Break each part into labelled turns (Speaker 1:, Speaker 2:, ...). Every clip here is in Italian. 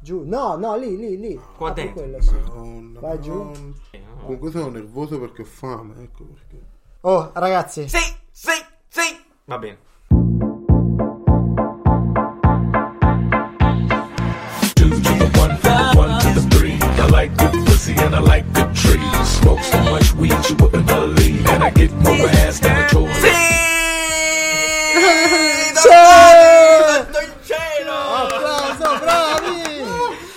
Speaker 1: Giù, no, no, lì, lì, lì.
Speaker 2: Qua
Speaker 1: Apri
Speaker 2: dentro.
Speaker 1: quello, sì.
Speaker 3: Madonna,
Speaker 1: Vai giù.
Speaker 3: madonna.
Speaker 2: Sì,
Speaker 3: Comunque sono nervoso perché ho fame, ecco perché.
Speaker 1: Oh, ragazzi,
Speaker 2: sì, sì. Va bene.
Speaker 4: two to the one, one to the three. I like good pussy and I like good trees. Smoke so much weed you wouldn't believe, and I get more ass than a toy.
Speaker 1: Sì!
Speaker 2: Santo in cielo!
Speaker 1: applauso, bravi!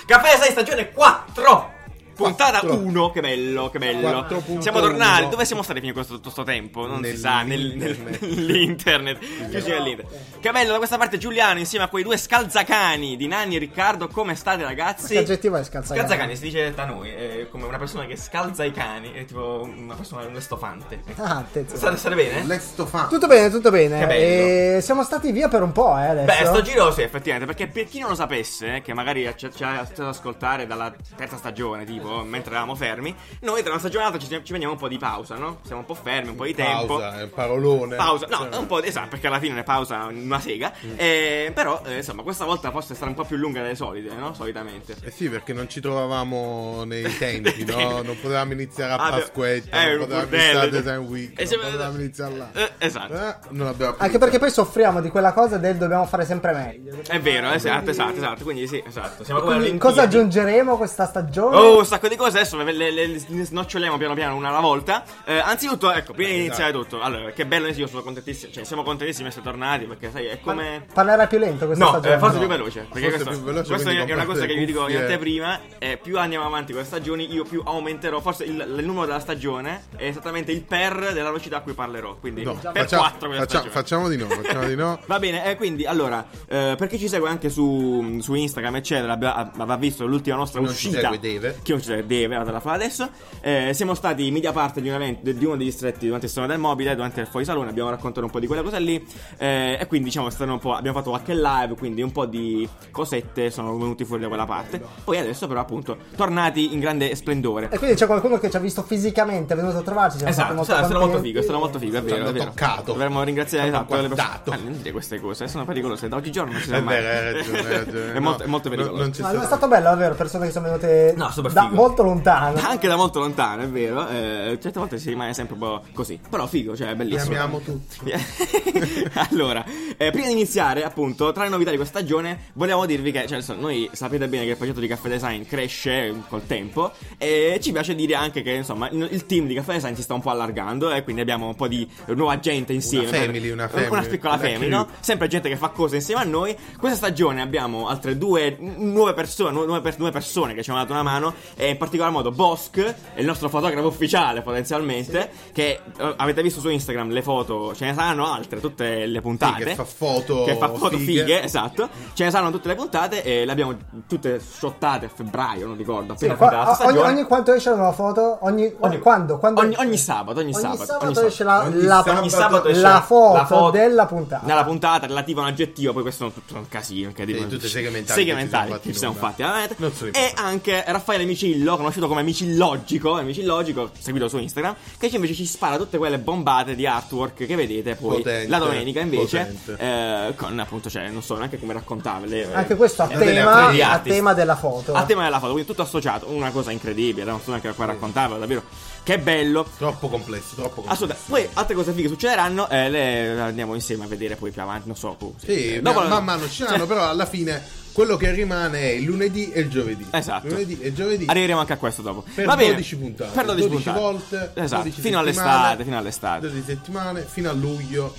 Speaker 2: Caffè 6 stagione 4! Puntata 1, che bello, che bello.
Speaker 3: 4.1.
Speaker 2: Siamo tornati. Dove siamo stati fino a questo, tutto sto tempo? Non si sa, nel- nel-
Speaker 3: Nell'internet.
Speaker 2: nell'internet. Chiusi
Speaker 1: Esatto.
Speaker 2: nell'internet. Che bello, da questa parte Giuliano insieme a quei due scalzacani di Nanni e Riccardo. Come state ragazzi?
Speaker 1: Che aggettivo è scalzacani?
Speaker 2: Scalzacani si dice da noi, è come una persona che scalza i cani, è tipo una persona un estofante.
Speaker 1: Ah, attenzione.
Speaker 2: State, state bene?
Speaker 3: Lesto fame.
Speaker 1: Tutto bene, tutto bene.
Speaker 2: Che bello.
Speaker 1: E siamo stati via per un po', eh, adesso.
Speaker 2: Beh, sto giro sì, effettivamente, perché per chi non lo sapesse, eh, che magari ci ci ha stato ad ascoltare dalla terza stagione, tipo, mentre eravamo fermi, noi tra una stagione e l'altra ci, ci prendiamo un po' di pausa, no? Siamo un po' fermi, un po' di tempo.
Speaker 3: Pausa, è un parolone.
Speaker 2: Pausa, no,
Speaker 3: Cioè, Mm.
Speaker 2: un po' di, esatto, perché alla fine ne pausa una sega. Eh, però, eh, insomma, questa volta forse sarà un po' più lunga delle solite, no? Solitamente.
Speaker 3: Eh sì, perché non ci trovavamo nei tempi, no?
Speaker 2: tempi.
Speaker 3: Non potevamo iniziare a
Speaker 2: Ah, beh,
Speaker 3: Pasquetta,
Speaker 2: eh,
Speaker 3: non
Speaker 2: un
Speaker 3: potevamo
Speaker 2: bordello.
Speaker 3: iniziare a Design Week,
Speaker 2: Eh, sì,
Speaker 3: non potevamo
Speaker 2: eh,
Speaker 3: iniziare là.
Speaker 2: eh, esatto.
Speaker 3: Eh, non abbiamo più
Speaker 1: Anche perché poi soffriamo di quella cosa del dobbiamo fare sempre meglio.
Speaker 2: È vero, esatto, esatto, esatto. Quindi sì, esatto. Siamo come
Speaker 1: Quindi
Speaker 2: alle
Speaker 1: cosa
Speaker 2: Olimpiadi.
Speaker 1: aggiungeremo questa stagione?
Speaker 2: Oh, un sacco di cose, adesso le, le- le- le snoccioliamo piano piano una alla volta. Eh, anzitutto, ecco, prima di iniziare tutto, allora, che bello, io sono contentissimo, cioè siamo contentissimi di essere tornati perché sai, è come...
Speaker 1: Parlerà più lento questa
Speaker 2: No,
Speaker 1: stagione.
Speaker 2: eh, forse più
Speaker 3: no.
Speaker 2: veloce. Perché
Speaker 3: Forse
Speaker 2: questo,
Speaker 3: più veloce,
Speaker 2: questa
Speaker 3: quindi
Speaker 2: è una cosa che vi dico in
Speaker 3: comprate le cuffie.
Speaker 2: anteprima. eh, più andiamo avanti con le stagioni, io più aumenterò. Forse il, il numero della stagione è esattamente il per della velocità a cui parlerò. Quindi
Speaker 3: No,
Speaker 2: per 4
Speaker 3: facciamo,
Speaker 2: questa
Speaker 3: facciamo,
Speaker 2: stagione.
Speaker 3: facciamo di no, facciamo di no.
Speaker 2: Va bene, eh, quindi allora, eh, per chi ci segue anche su, su Instagram, eccetera, abbia- avrà visto l'ultima nostra
Speaker 3: Non ci
Speaker 2: uscita.
Speaker 3: segue deve.
Speaker 2: Chi non ci segue deve, guarda la fa adesso. Eh, siamo stati media parte di, un evento, di uno degli stretti durante il Salone del Mobile, durante il Fuori Salone, abbiamo raccontato un po' di quelle cose lì. eh, e quindi diciamo, stanno un po', abbiamo fatto qualche live, quindi un po' di cosette sono venute fuori da quella parte. Poi adesso però appunto, tornati in grande splendore.
Speaker 1: E quindi c'è qualcuno che ci ha visto fisicamente, è venuto a trovarci. Siamo
Speaker 2: Esatto,
Speaker 1: stati molto
Speaker 2: sarà, sarà molto
Speaker 1: contenti.
Speaker 2: figo, sarà molto figo, è
Speaker 3: Ci hanno
Speaker 2: vero, è vero.
Speaker 3: toccato.
Speaker 2: Dovremmo ringraziare
Speaker 3: Ci hanno
Speaker 2: esatto, le persone.
Speaker 3: guardato.
Speaker 2: Ah, non dire queste cose, eh, sono pericolose. Da oggigiorno non si sa
Speaker 3: È
Speaker 2: mai.
Speaker 3: vero, Eh, hai ragione, hai ragione.
Speaker 2: È molto, è molto
Speaker 3: No,
Speaker 2: pericoloso.
Speaker 3: non ci
Speaker 1: Ma
Speaker 3: sono.
Speaker 1: è stato bello, davvero, persone che sono venute
Speaker 2: No, super
Speaker 1: da
Speaker 2: figo.
Speaker 1: molto lontano.
Speaker 2: Anche da molto lontano, è vero. eh, certe volte si rimane sempre un po' così. Però figo, cioè è
Speaker 3: Li
Speaker 2: bellissimo.
Speaker 3: amiamo tutti.
Speaker 2: allora, eh, prima di iniziare, appunto, tra le novità di questa stagione, volevamo dirvi che, cioè, insomma, noi sapete bene che il progetto di Caffè Design cresce col tempo e ci piace dire anche che, insomma, il, il team di Caffè Design si sta un po' allargando e quindi abbiamo un po' di nuova gente insieme.
Speaker 3: family, una family.
Speaker 2: piccola
Speaker 3: Una
Speaker 2: family,
Speaker 3: crew.
Speaker 2: no? Sempre gente che fa cose insieme a noi. Questa stagione abbiamo altre due n- nuove persone, nu- nuove, per- nuove persone che ci hanno dato una mano e in particolar modo Bosk, è il nostro fotografo ufficiale potenzialmente, che eh, avete visto su Instagram le foto, ce ne saranno altre, tutte le puntate.
Speaker 3: Sì, che fa foto
Speaker 2: Che fa foto
Speaker 3: fighe.
Speaker 2: fighe. esatto. Ce ne saranno tutte le puntate e le abbiamo tutte shottate a febbraio, non ricordo,
Speaker 1: Sì,
Speaker 2: appena
Speaker 1: qua-
Speaker 2: finita la
Speaker 1: ogni,
Speaker 2: stagione.
Speaker 1: ogni quanto esce una nuova foto? Ogni,
Speaker 2: Ogni-
Speaker 1: quando? Quando
Speaker 2: ogni-
Speaker 1: esce?
Speaker 2: ogni sabato, ogni sabato, ogni sabato.
Speaker 1: esce la,
Speaker 3: Ogni
Speaker 1: la-
Speaker 3: sabato-
Speaker 2: ogni sabato esce
Speaker 1: la foto
Speaker 2: la foto
Speaker 1: della puntata.
Speaker 2: nella puntata relativa a un aggettivo, poi questo è tutto un casino. Che
Speaker 3: Sì, tutte segmentali
Speaker 2: segmentali
Speaker 3: che
Speaker 2: che
Speaker 3: ci
Speaker 2: ci
Speaker 3: siamo
Speaker 2: siamo fatti
Speaker 3: fatti in onda.
Speaker 2: veramente.
Speaker 3: Non sono
Speaker 2: E
Speaker 3: importanti.
Speaker 2: anche Raffaele Micillo, conosciuto come Micillogico, eh, Micillogico, seguito su Instagram, che ci- invece ci spara tutte quelle bombate di artwork che vedete poi
Speaker 3: Potente,
Speaker 2: la domenica invece.
Speaker 3: potente.
Speaker 2: eh, con appunto, cioè, non so neanche come raccontarle. eh,
Speaker 1: Anche questo a
Speaker 2: eh,
Speaker 3: delle
Speaker 1: tema,
Speaker 2: degli
Speaker 3: attrici.
Speaker 1: a
Speaker 2: artisti.
Speaker 1: tema della foto.
Speaker 2: A tema della foto, quindi tutto associato, una cosa incredibile, non so neanche qua raccontarvela, davvero. Che bello,
Speaker 3: Troppo complesso, troppo complesso.
Speaker 2: Assolutamente. Poi altre cose fighe succederanno. eh, le andiamo insieme a vedere poi più avanti. Non so. boh,
Speaker 3: Sì,
Speaker 2: eh,
Speaker 3: ma- man mano ci saranno, però alla fine quello che rimane è il lunedì e il giovedì.
Speaker 2: Esatto.
Speaker 3: Lunedì e giovedì.
Speaker 2: Arriveremo anche a questo dopo.
Speaker 3: Per
Speaker 2: Va bene.
Speaker 3: 12 puntate.
Speaker 2: Per 12,
Speaker 3: 12
Speaker 2: puntate.
Speaker 3: volte.
Speaker 2: Esatto.
Speaker 3: 12
Speaker 2: fino
Speaker 3: settimane,
Speaker 2: all'estate. Fino all'estate.
Speaker 3: 12 settimane, fino a luglio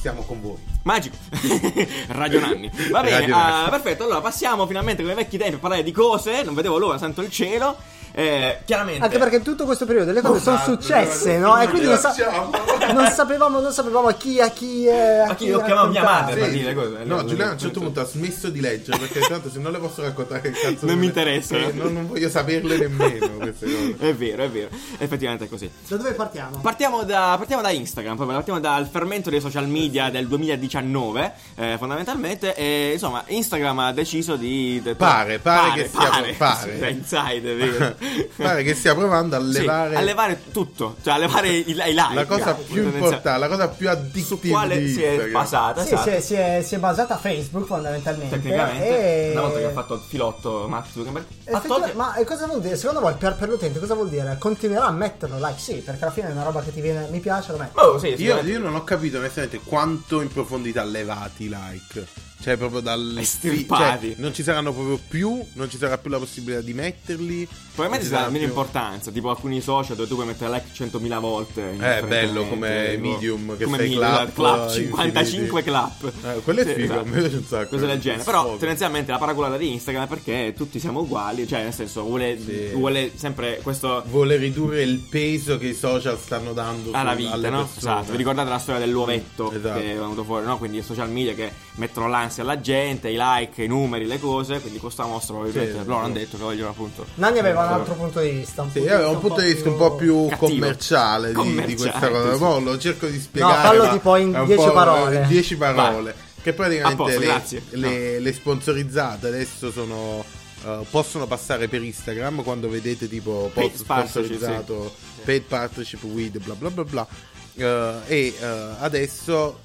Speaker 3: siamo con voi.
Speaker 2: Magico. Radio Nanni. Va bene.
Speaker 3: Radio Nanni.
Speaker 2: ah, perfetto. Allora passiamo finalmente come vecchi tempi a parlare di cose. Non vedevo l'ora, santo il cielo. Eh, chiaramente.
Speaker 1: Anche perché in tutto questo periodo le cose sono
Speaker 3: Esatto,
Speaker 1: successe,
Speaker 3: esatto.
Speaker 1: no? E quindi non, sa-
Speaker 3: Facciamo.
Speaker 1: non sapevamo, non sapevamo a chi, a chi, eh, a
Speaker 2: A chi lo chiamava mia
Speaker 1: raccontare.
Speaker 2: madre. Per dire le cose.
Speaker 3: no, Giuliano a un certo punto ha smesso di leggere perché tanto se non le posso raccontare che cazzo
Speaker 2: Non mi
Speaker 3: vuole-
Speaker 2: interessa.
Speaker 3: Eh, non, non voglio saperle nemmeno queste cose.
Speaker 2: È vero, è vero. Effettivamente è così.
Speaker 1: Da dove partiamo?
Speaker 2: Partiamo da, partiamo da Instagram, proprio, partiamo dal fermento dei social media del 2019, eh, fondamentalmente. E, insomma, Instagram ha deciso di. de-
Speaker 3: Pare, pare che siamo- pare.
Speaker 2: Sì, da Inside, è vero.
Speaker 3: Pare che stia provando a
Speaker 2: Sì,
Speaker 3: levare,
Speaker 2: a levare tutto, cioè a levare i, i live.
Speaker 3: la cosa
Speaker 2: diciamo,
Speaker 3: più
Speaker 2: tendenzialmente.
Speaker 3: importante, la cosa più
Speaker 2: Su
Speaker 3: addictiva
Speaker 2: quale
Speaker 3: di
Speaker 2: si è
Speaker 3: Instagram.
Speaker 2: basata?
Speaker 1: Sì,
Speaker 2: esatto.
Speaker 1: si è, si è- si è basata a Facebook fondamentalmente.
Speaker 2: Tecnicamente,
Speaker 1: e-
Speaker 2: una volta che ha fatto il filotto Mark Zuckerberg, ha
Speaker 1: Effettivamente,
Speaker 2: tolto-
Speaker 1: Ma eh, cosa vuol dire? Secondo voi per, per l'utente cosa vuol dire? Continuerà a metterlo like? Sì, perché alla fine è una roba che ti viene, mi piace, lo metto.
Speaker 2: Oh, sì,
Speaker 3: Io,
Speaker 2: sicuramente.
Speaker 3: io non ho capito onestamente quanto in profondità levati i like. Cioè, proprio dal.
Speaker 2: Estirpati.
Speaker 3: cioè, non ci saranno proprio più, non ci sarà più la possibilità di metterli. Esatto.
Speaker 2: Probabilmente
Speaker 3: non ci
Speaker 2: si dà meno
Speaker 3: più-
Speaker 2: importanza, tipo alcuni social dove tu puoi mettere like 100.000 volte.
Speaker 3: Eh,
Speaker 2: indifferentemente,
Speaker 3: bello come
Speaker 2: tipo,
Speaker 3: Medium che
Speaker 2: come
Speaker 3: fai
Speaker 2: Medium,
Speaker 3: clap,
Speaker 2: clap,
Speaker 3: eh,
Speaker 2: 55
Speaker 3: infiniti.
Speaker 2: clap.
Speaker 3: Eh, quello è figo, a me piace un sacco.
Speaker 2: esatto. Cose del genere. Però
Speaker 3: Sfogo.
Speaker 2: tendenzialmente la paraculata di Instagram è perché tutti siamo uguali, cioè nel senso vuole,
Speaker 3: Sì.
Speaker 2: vuole sempre questo
Speaker 3: Vuole ridurre il peso che i social stanno dando su-
Speaker 2: alla vita,
Speaker 3: alle
Speaker 2: no?
Speaker 3: persone.
Speaker 2: Esatto, vi ricordate la storia dell'uovetto
Speaker 3: Mm, esatto.
Speaker 2: che è venuto fuori, no? Quindi i social media che mettono l'ansia alla gente, i like, i numeri, le cose, quindi questa mostra probabilmente
Speaker 3: Sì,
Speaker 2: loro
Speaker 3: sì.
Speaker 2: hanno detto che vogliono appunto eh,
Speaker 1: Nanni aveva un altro punto di vista. Un
Speaker 3: Sì, aveva un punto di vista un po' più
Speaker 2: Cattivo.
Speaker 3: commerciale di- di,
Speaker 2: Commerciale,
Speaker 3: questa cosa.
Speaker 2: sì.
Speaker 3: Mo lo cerco di spiegare.
Speaker 1: fallo
Speaker 3: ma
Speaker 1: tipo in
Speaker 3: è un
Speaker 1: 10
Speaker 3: po'
Speaker 1: parole.
Speaker 3: 10 parole. Che
Speaker 2: A
Speaker 3: praticamente
Speaker 2: posto,
Speaker 3: le,
Speaker 2: grazie.
Speaker 3: le- le sponsorizzate adesso sono. eh, possono passare per Instagram quando vedete tipo
Speaker 2: Paid
Speaker 3: post
Speaker 2: partnership,
Speaker 3: sponsorizzato paid partnership with bla bla bla bla. Eh, e eh, adesso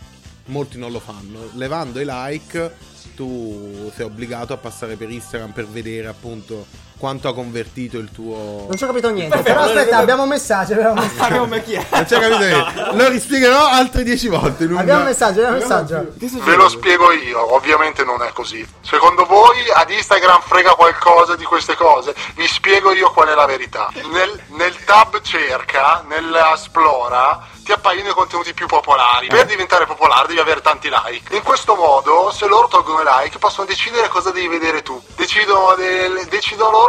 Speaker 3: molti non lo fanno. Levando i like tu sei obbligato a passare per Instagram per vedere appunto quanto ha convertito il tuo
Speaker 1: Non ci ho capito niente.
Speaker 2: Vabbè,
Speaker 1: Eh, Però
Speaker 2: vabbè,
Speaker 1: aspetta,
Speaker 2: vabbè.
Speaker 1: abbiamo un messaggio. Abbiamo un messaggio.
Speaker 2: Abbiamo chi è?
Speaker 3: Non c'è Cioè, capito niente. Lo rispiegherò altre 10 volte. in
Speaker 1: Abbiamo un
Speaker 3: una-
Speaker 1: messaggio, eh. abbiamo un
Speaker 3: Non ho
Speaker 1: messaggio.
Speaker 2: Che succede?
Speaker 5: Ve lo spiego io, ovviamente non è così. Secondo voi ad Instagram frega qualcosa di queste cose? Vi spiego io qual è la verità. Nel, nel tab cerca, nella esplora, ti appaiono i contenuti più popolari.
Speaker 2: Eh.
Speaker 5: Per diventare popolare devi avere tanti like. In questo modo, se loro tolgono i like, possono decidere cosa devi vedere tu. Decidono, del- decidono loro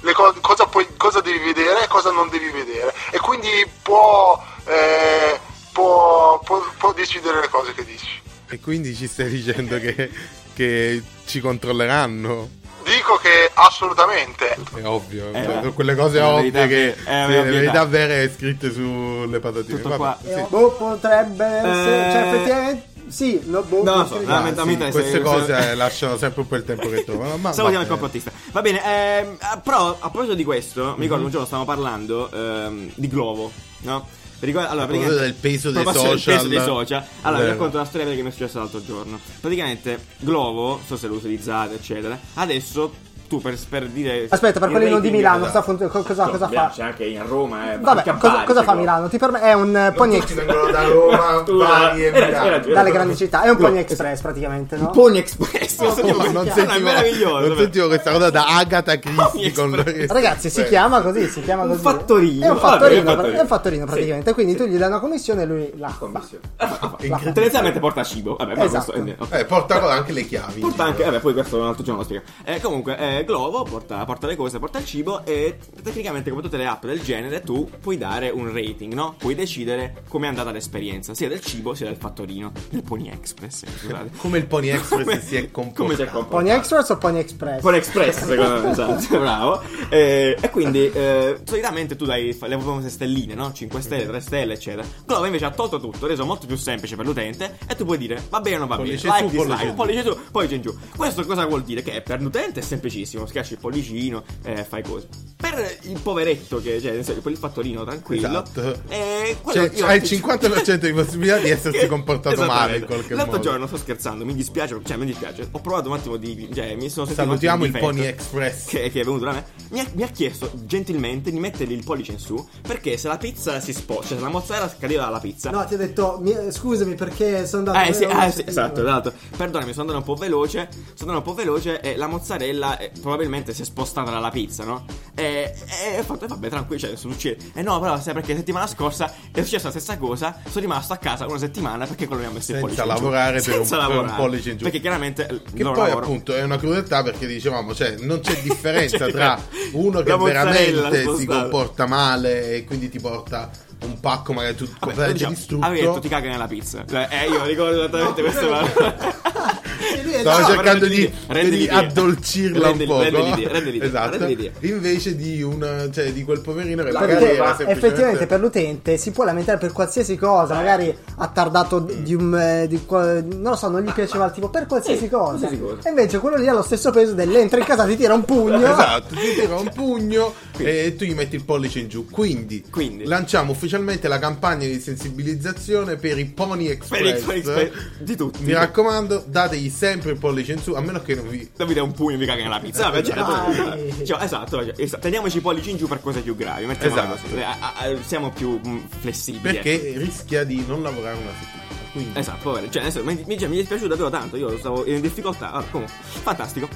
Speaker 5: le co- cosa, puoi- cosa devi vedere e cosa non devi vedere. E quindi può, eh, può- può- può decidere le cose che dici.
Speaker 3: più. E quindi ci stai dicendo che, che ci controlleranno?
Speaker 5: Dico che assolutamente.
Speaker 3: È ovvio.
Speaker 2: Eh,
Speaker 3: cioè,
Speaker 2: beh,
Speaker 3: quelle cose
Speaker 2: è una
Speaker 3: ovvie
Speaker 2: verità
Speaker 3: che.
Speaker 2: che- è
Speaker 3: sì,
Speaker 2: una
Speaker 3: le
Speaker 2: verità.
Speaker 3: verità vere è scritte sulle patatine.
Speaker 2: Tutto
Speaker 3: Vabbè,
Speaker 2: qua.
Speaker 3: sì.
Speaker 1: Eh, Boh, potrebbe essere. Cioè,
Speaker 2: Eh.
Speaker 1: effettivamente. Sì, lo boh.
Speaker 2: No,
Speaker 1: non
Speaker 2: so,
Speaker 1: credo.
Speaker 2: veramente-
Speaker 3: Ah, Sì,
Speaker 2: Amica,
Speaker 3: queste
Speaker 2: sei-
Speaker 3: cose
Speaker 2: sei-
Speaker 3: lasciano sempre un po' il tempo che trovano. Ma
Speaker 2: Salutiamo il
Speaker 3: vabbè.
Speaker 2: complottista. Va bene, ehm, ah, però a proposito di questo, mi ricordo un giorno stavamo parlando ehm, di Glovo, no? Mi ricordo- allora,
Speaker 3: A proposito
Speaker 2: praticamente-
Speaker 3: del peso
Speaker 2: a
Speaker 3: dei
Speaker 2: proposito del
Speaker 3: social.
Speaker 2: peso dei social. Allora, vi
Speaker 3: Vero.
Speaker 2: racconto una storia che mi è successa l'altro giorno. Praticamente, Glovo, so se lo utilizzate, eccetera, adesso tu per, per dire...
Speaker 1: Aspetta, per
Speaker 2: il
Speaker 1: quelli non di
Speaker 2: rating-
Speaker 1: Milano, sta fun- co- cosa,
Speaker 2: No,
Speaker 1: cosa
Speaker 2: Milano
Speaker 1: fa?
Speaker 2: Cioè, C'è anche in Roma, eh, anche a
Speaker 1: Vabbè, cosa, cosa
Speaker 2: Bari, c'è
Speaker 1: fa
Speaker 2: Glovo.
Speaker 1: Milano? Ti perm- è un eh, Pony
Speaker 3: Ci
Speaker 1: Express.
Speaker 3: vengono da Roma, Bari e
Speaker 2: Era-
Speaker 3: Milano.
Speaker 2: era- era-
Speaker 1: Dalle grandi città. È un
Speaker 2: Glovo.
Speaker 1: Pony Express praticamente, no?
Speaker 2: Pony Express. lo sentivo-
Speaker 3: Oh, non
Speaker 2: no, è
Speaker 3: sentivo,
Speaker 2: meraviglioso.
Speaker 3: non sentivo questa cosa da Agatha Christie con
Speaker 2: Express.
Speaker 1: Ragazzi, si chiama così, si chiama
Speaker 2: Un
Speaker 1: così.
Speaker 2: fattorino.
Speaker 1: È un fattorino,
Speaker 2: Vabbè, è
Speaker 1: è
Speaker 2: un fattorino.
Speaker 1: un fattorino
Speaker 2: Sì.
Speaker 1: praticamente. Quindi tu gli dai una commissione e lui la.
Speaker 2: Incredibile. Tendenzialmente porta cibo. Vabbè, ma
Speaker 1: Esatto.
Speaker 2: questo è- ok.
Speaker 3: Eh, porta con- anche le chiavi.
Speaker 2: Porta anche, vabbè, poi questo è un altro giorno lo spiego. Eh, comunque, eh, Glovo porta, porta le cose, porta il cibo e tecnicamente, come tutte le app del genere, tu puoi dare un rating, no? Puoi decidere com'è andata l'esperienza, sia del cibo sia del fattorino, del Pony Express. eh, Scusate.
Speaker 3: Come il Pony Express
Speaker 2: Come-
Speaker 3: si è comportato.
Speaker 2: Come si è comportato?
Speaker 1: Pony Express o Pony Express?
Speaker 2: Pony Express, secondo me, esatto, bravo. Eh, E, quindi, eh, solitamente tu dai fa- le famose stelline, no? 5 stelle, 3 stelle, eccetera. Glovo invece ha tolto tutto, reso molto più semplice per l'utente e tu puoi dire va bene o non va bene.
Speaker 3: Pollice
Speaker 2: Like,
Speaker 3: su, pollice
Speaker 2: dislike,
Speaker 3: giù.
Speaker 2: pollice su, pollice in giù. Questo cosa vuol dire? Che per l'utente è semplicissimo, schiacci il pollicino, eh, fai cose. Per il poveretto, che, cioè, nel senso, per il fattorino tranquillo,
Speaker 3: Esatto.
Speaker 2: eh, quello
Speaker 3: Cioè,
Speaker 2: io-
Speaker 3: hai il 50% di possibilità di essersi comportato male in
Speaker 2: Esattamente.
Speaker 3: qualche
Speaker 2: L'altro
Speaker 3: modo.
Speaker 2: giorno sto scherzando, mi dispiace, cioè mi dispiace. Ho provato un attimo di. Cioè, mi sono sentito un
Speaker 3: Salutiamo il
Speaker 2: attimo in
Speaker 3: Pony
Speaker 2: difetto
Speaker 3: Express.
Speaker 2: che, che è venuto da me, mi ha, mi ha chiesto gentilmente di mettergli il pollice in su perché se la pizza si sposta, cioè se la mozzarella cadeva dalla pizza.
Speaker 1: No, ti ho detto, mi- scusami perché sono andato.
Speaker 2: Eh sì,
Speaker 1: veloce.
Speaker 2: eh, sì, esatto, esatto. Perdonami, sono andato un po' veloce. Sono andato un po' veloce e la mozzarella eh, probabilmente si è spostata dalla pizza, no? E, e ho fatto, "Eh, vabbè, tranquillo, cioè, succede. E no, però sai perché settimana scorsa è successa la stessa cosa. Sono rimasto a casa una settimana perché quello mi ha messo il
Speaker 3: Senza
Speaker 2: pollice
Speaker 3: lavorare
Speaker 2: in giù.
Speaker 3: per un-
Speaker 2: Senza
Speaker 3: per un
Speaker 2: lavorare.
Speaker 3: pollice in giù.
Speaker 2: Perché chiaramente eh,
Speaker 3: Che
Speaker 2: loro
Speaker 3: poi
Speaker 2: lavorano.
Speaker 3: appunto è una crudeltà perché dicevamo, cioè non c'è differenza
Speaker 2: C'è
Speaker 3: tra
Speaker 2: differenza.
Speaker 3: uno che
Speaker 2: Cioè, La mozzarella
Speaker 3: veramente si
Speaker 2: spostata.
Speaker 3: comporta male e quindi ti porta un pacco magari tutto
Speaker 2: Vabbè,
Speaker 3: completamente
Speaker 2: diciamo,
Speaker 3: distrutto.
Speaker 2: avevi detto ti caga nella pizza. Cioè, eh, io ricordo esattamente questo. ma-
Speaker 1: sì, lui è
Speaker 3: Stavo
Speaker 1: no,
Speaker 3: cercando
Speaker 2: però
Speaker 3: di,
Speaker 2: renditi- renditi
Speaker 3: di
Speaker 2: idea.
Speaker 3: addolcirla
Speaker 2: Renditi-
Speaker 3: un po'.
Speaker 2: renditi idea, renditi idea,
Speaker 3: esatto.
Speaker 2: renditi idea.
Speaker 3: Invece di, una, cioè, di quel poverino che
Speaker 1: La
Speaker 3: magari
Speaker 1: perché
Speaker 3: era semplicemente-
Speaker 1: effettivamente per l'utente si può lamentare per qualsiasi cosa, magari ha tardato di un. eh, di qua- non lo so, non gli piaceva il tipo, per qualsiasi,
Speaker 2: Sì,
Speaker 1: cosa.
Speaker 2: qualsiasi cosa.
Speaker 1: E invece quello lì ha lo stesso peso dell'entra in casa, ti tira un pugno.
Speaker 3: Esatto, ti tira un pugno e tu gli metti il pollice in giù. Quindi,
Speaker 2: Quindi.
Speaker 3: lanciamo ufficialmente la campagna di sensibilizzazione per i Pony Express.
Speaker 2: Felix, Felix, Felix, di tutti.
Speaker 3: Mi raccomando, dategli sempre il pollice in su, a meno che non vi
Speaker 2: Davide è un pugno, mica che è la pizza. Vabbè, cioè,
Speaker 1: Dai.
Speaker 2: cioè, cioè, esatto, cioè, esatto. teniamoci i pollici in giù per cose più gravi. mettiamola
Speaker 3: Esatto.
Speaker 2: così. Eh, A- a- a- siamo più mh, flessibili. ecco.
Speaker 3: perché rischia di non lavorare una settimana. Quindi,
Speaker 2: Esatto, povero. Cioè, nel senso, mi, mi- cioè, mi è dispiaciuto davvero tanto, io stavo in difficoltà. Allora, comunque, fantastico.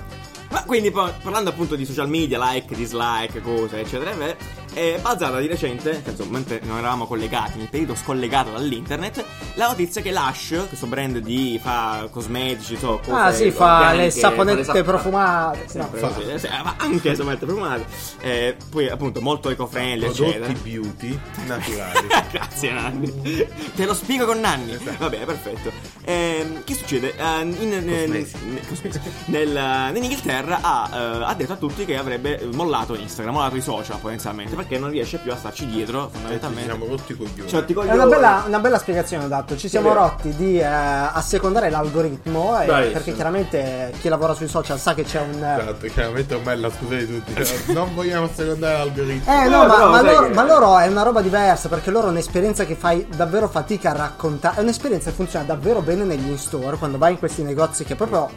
Speaker 2: Ma quindi par- parlando appunto di social media, like, dislike, cose, eccetera, eccetera, è balzata di recente, nel senso, mentre non eravamo collegati, nel periodo scollegato dall'internet, la notizia che Lush, questo brand di fa cosmetici, so, cose
Speaker 1: Ah, sì, fa
Speaker 2: organiche,
Speaker 1: le saponette
Speaker 2: fa le sap-
Speaker 1: profumate.
Speaker 2: eh, sempre
Speaker 1: No.
Speaker 2: così, eh, sì, ma anche saponette profumate. Eh, poi appunto molto eco-friendly,
Speaker 3: prodotti
Speaker 2: eccetera.
Speaker 3: beauty naturali.
Speaker 2: Grazie Nanni. Te lo spiego con Nanni. Va bene, perfetto. Ehm, che succede? Eh, in, nel,
Speaker 3: Cosmesi.
Speaker 2: nel- eh, in Inghilterra ha, eh, ha detto a tutti che avrebbe mollato Instagram, mollato i social potenzialmente, perché non riesce più a starci dietro,
Speaker 3: Ci siamo
Speaker 2: fondamentalmente.
Speaker 3: rotti i coglioni.
Speaker 2: Cioè, ti
Speaker 1: È
Speaker 2: coglioni.
Speaker 1: una bella, una bella spiegazione ho dato, ci siamo
Speaker 2: Sì, vero.
Speaker 1: rotti di eh, assecondare l'algoritmo eh,
Speaker 2: Dai,
Speaker 1: perché
Speaker 2: sì.
Speaker 1: chiaramente chi lavora sui social sa che c'è un... eh,
Speaker 3: Esatto, chiaramente ormai è la scusa di tutti. Non vogliamo secondare l'algoritmo.
Speaker 1: Eh no,
Speaker 2: No,
Speaker 1: ma,
Speaker 2: però
Speaker 1: ma
Speaker 2: sai
Speaker 1: loro,
Speaker 2: che-
Speaker 1: ma loro è una roba diversa perché loro è un'esperienza che fai davvero fatica a raccontare. È un'esperienza che funziona davvero bene negli in-store quando vai in questi negozi che proprio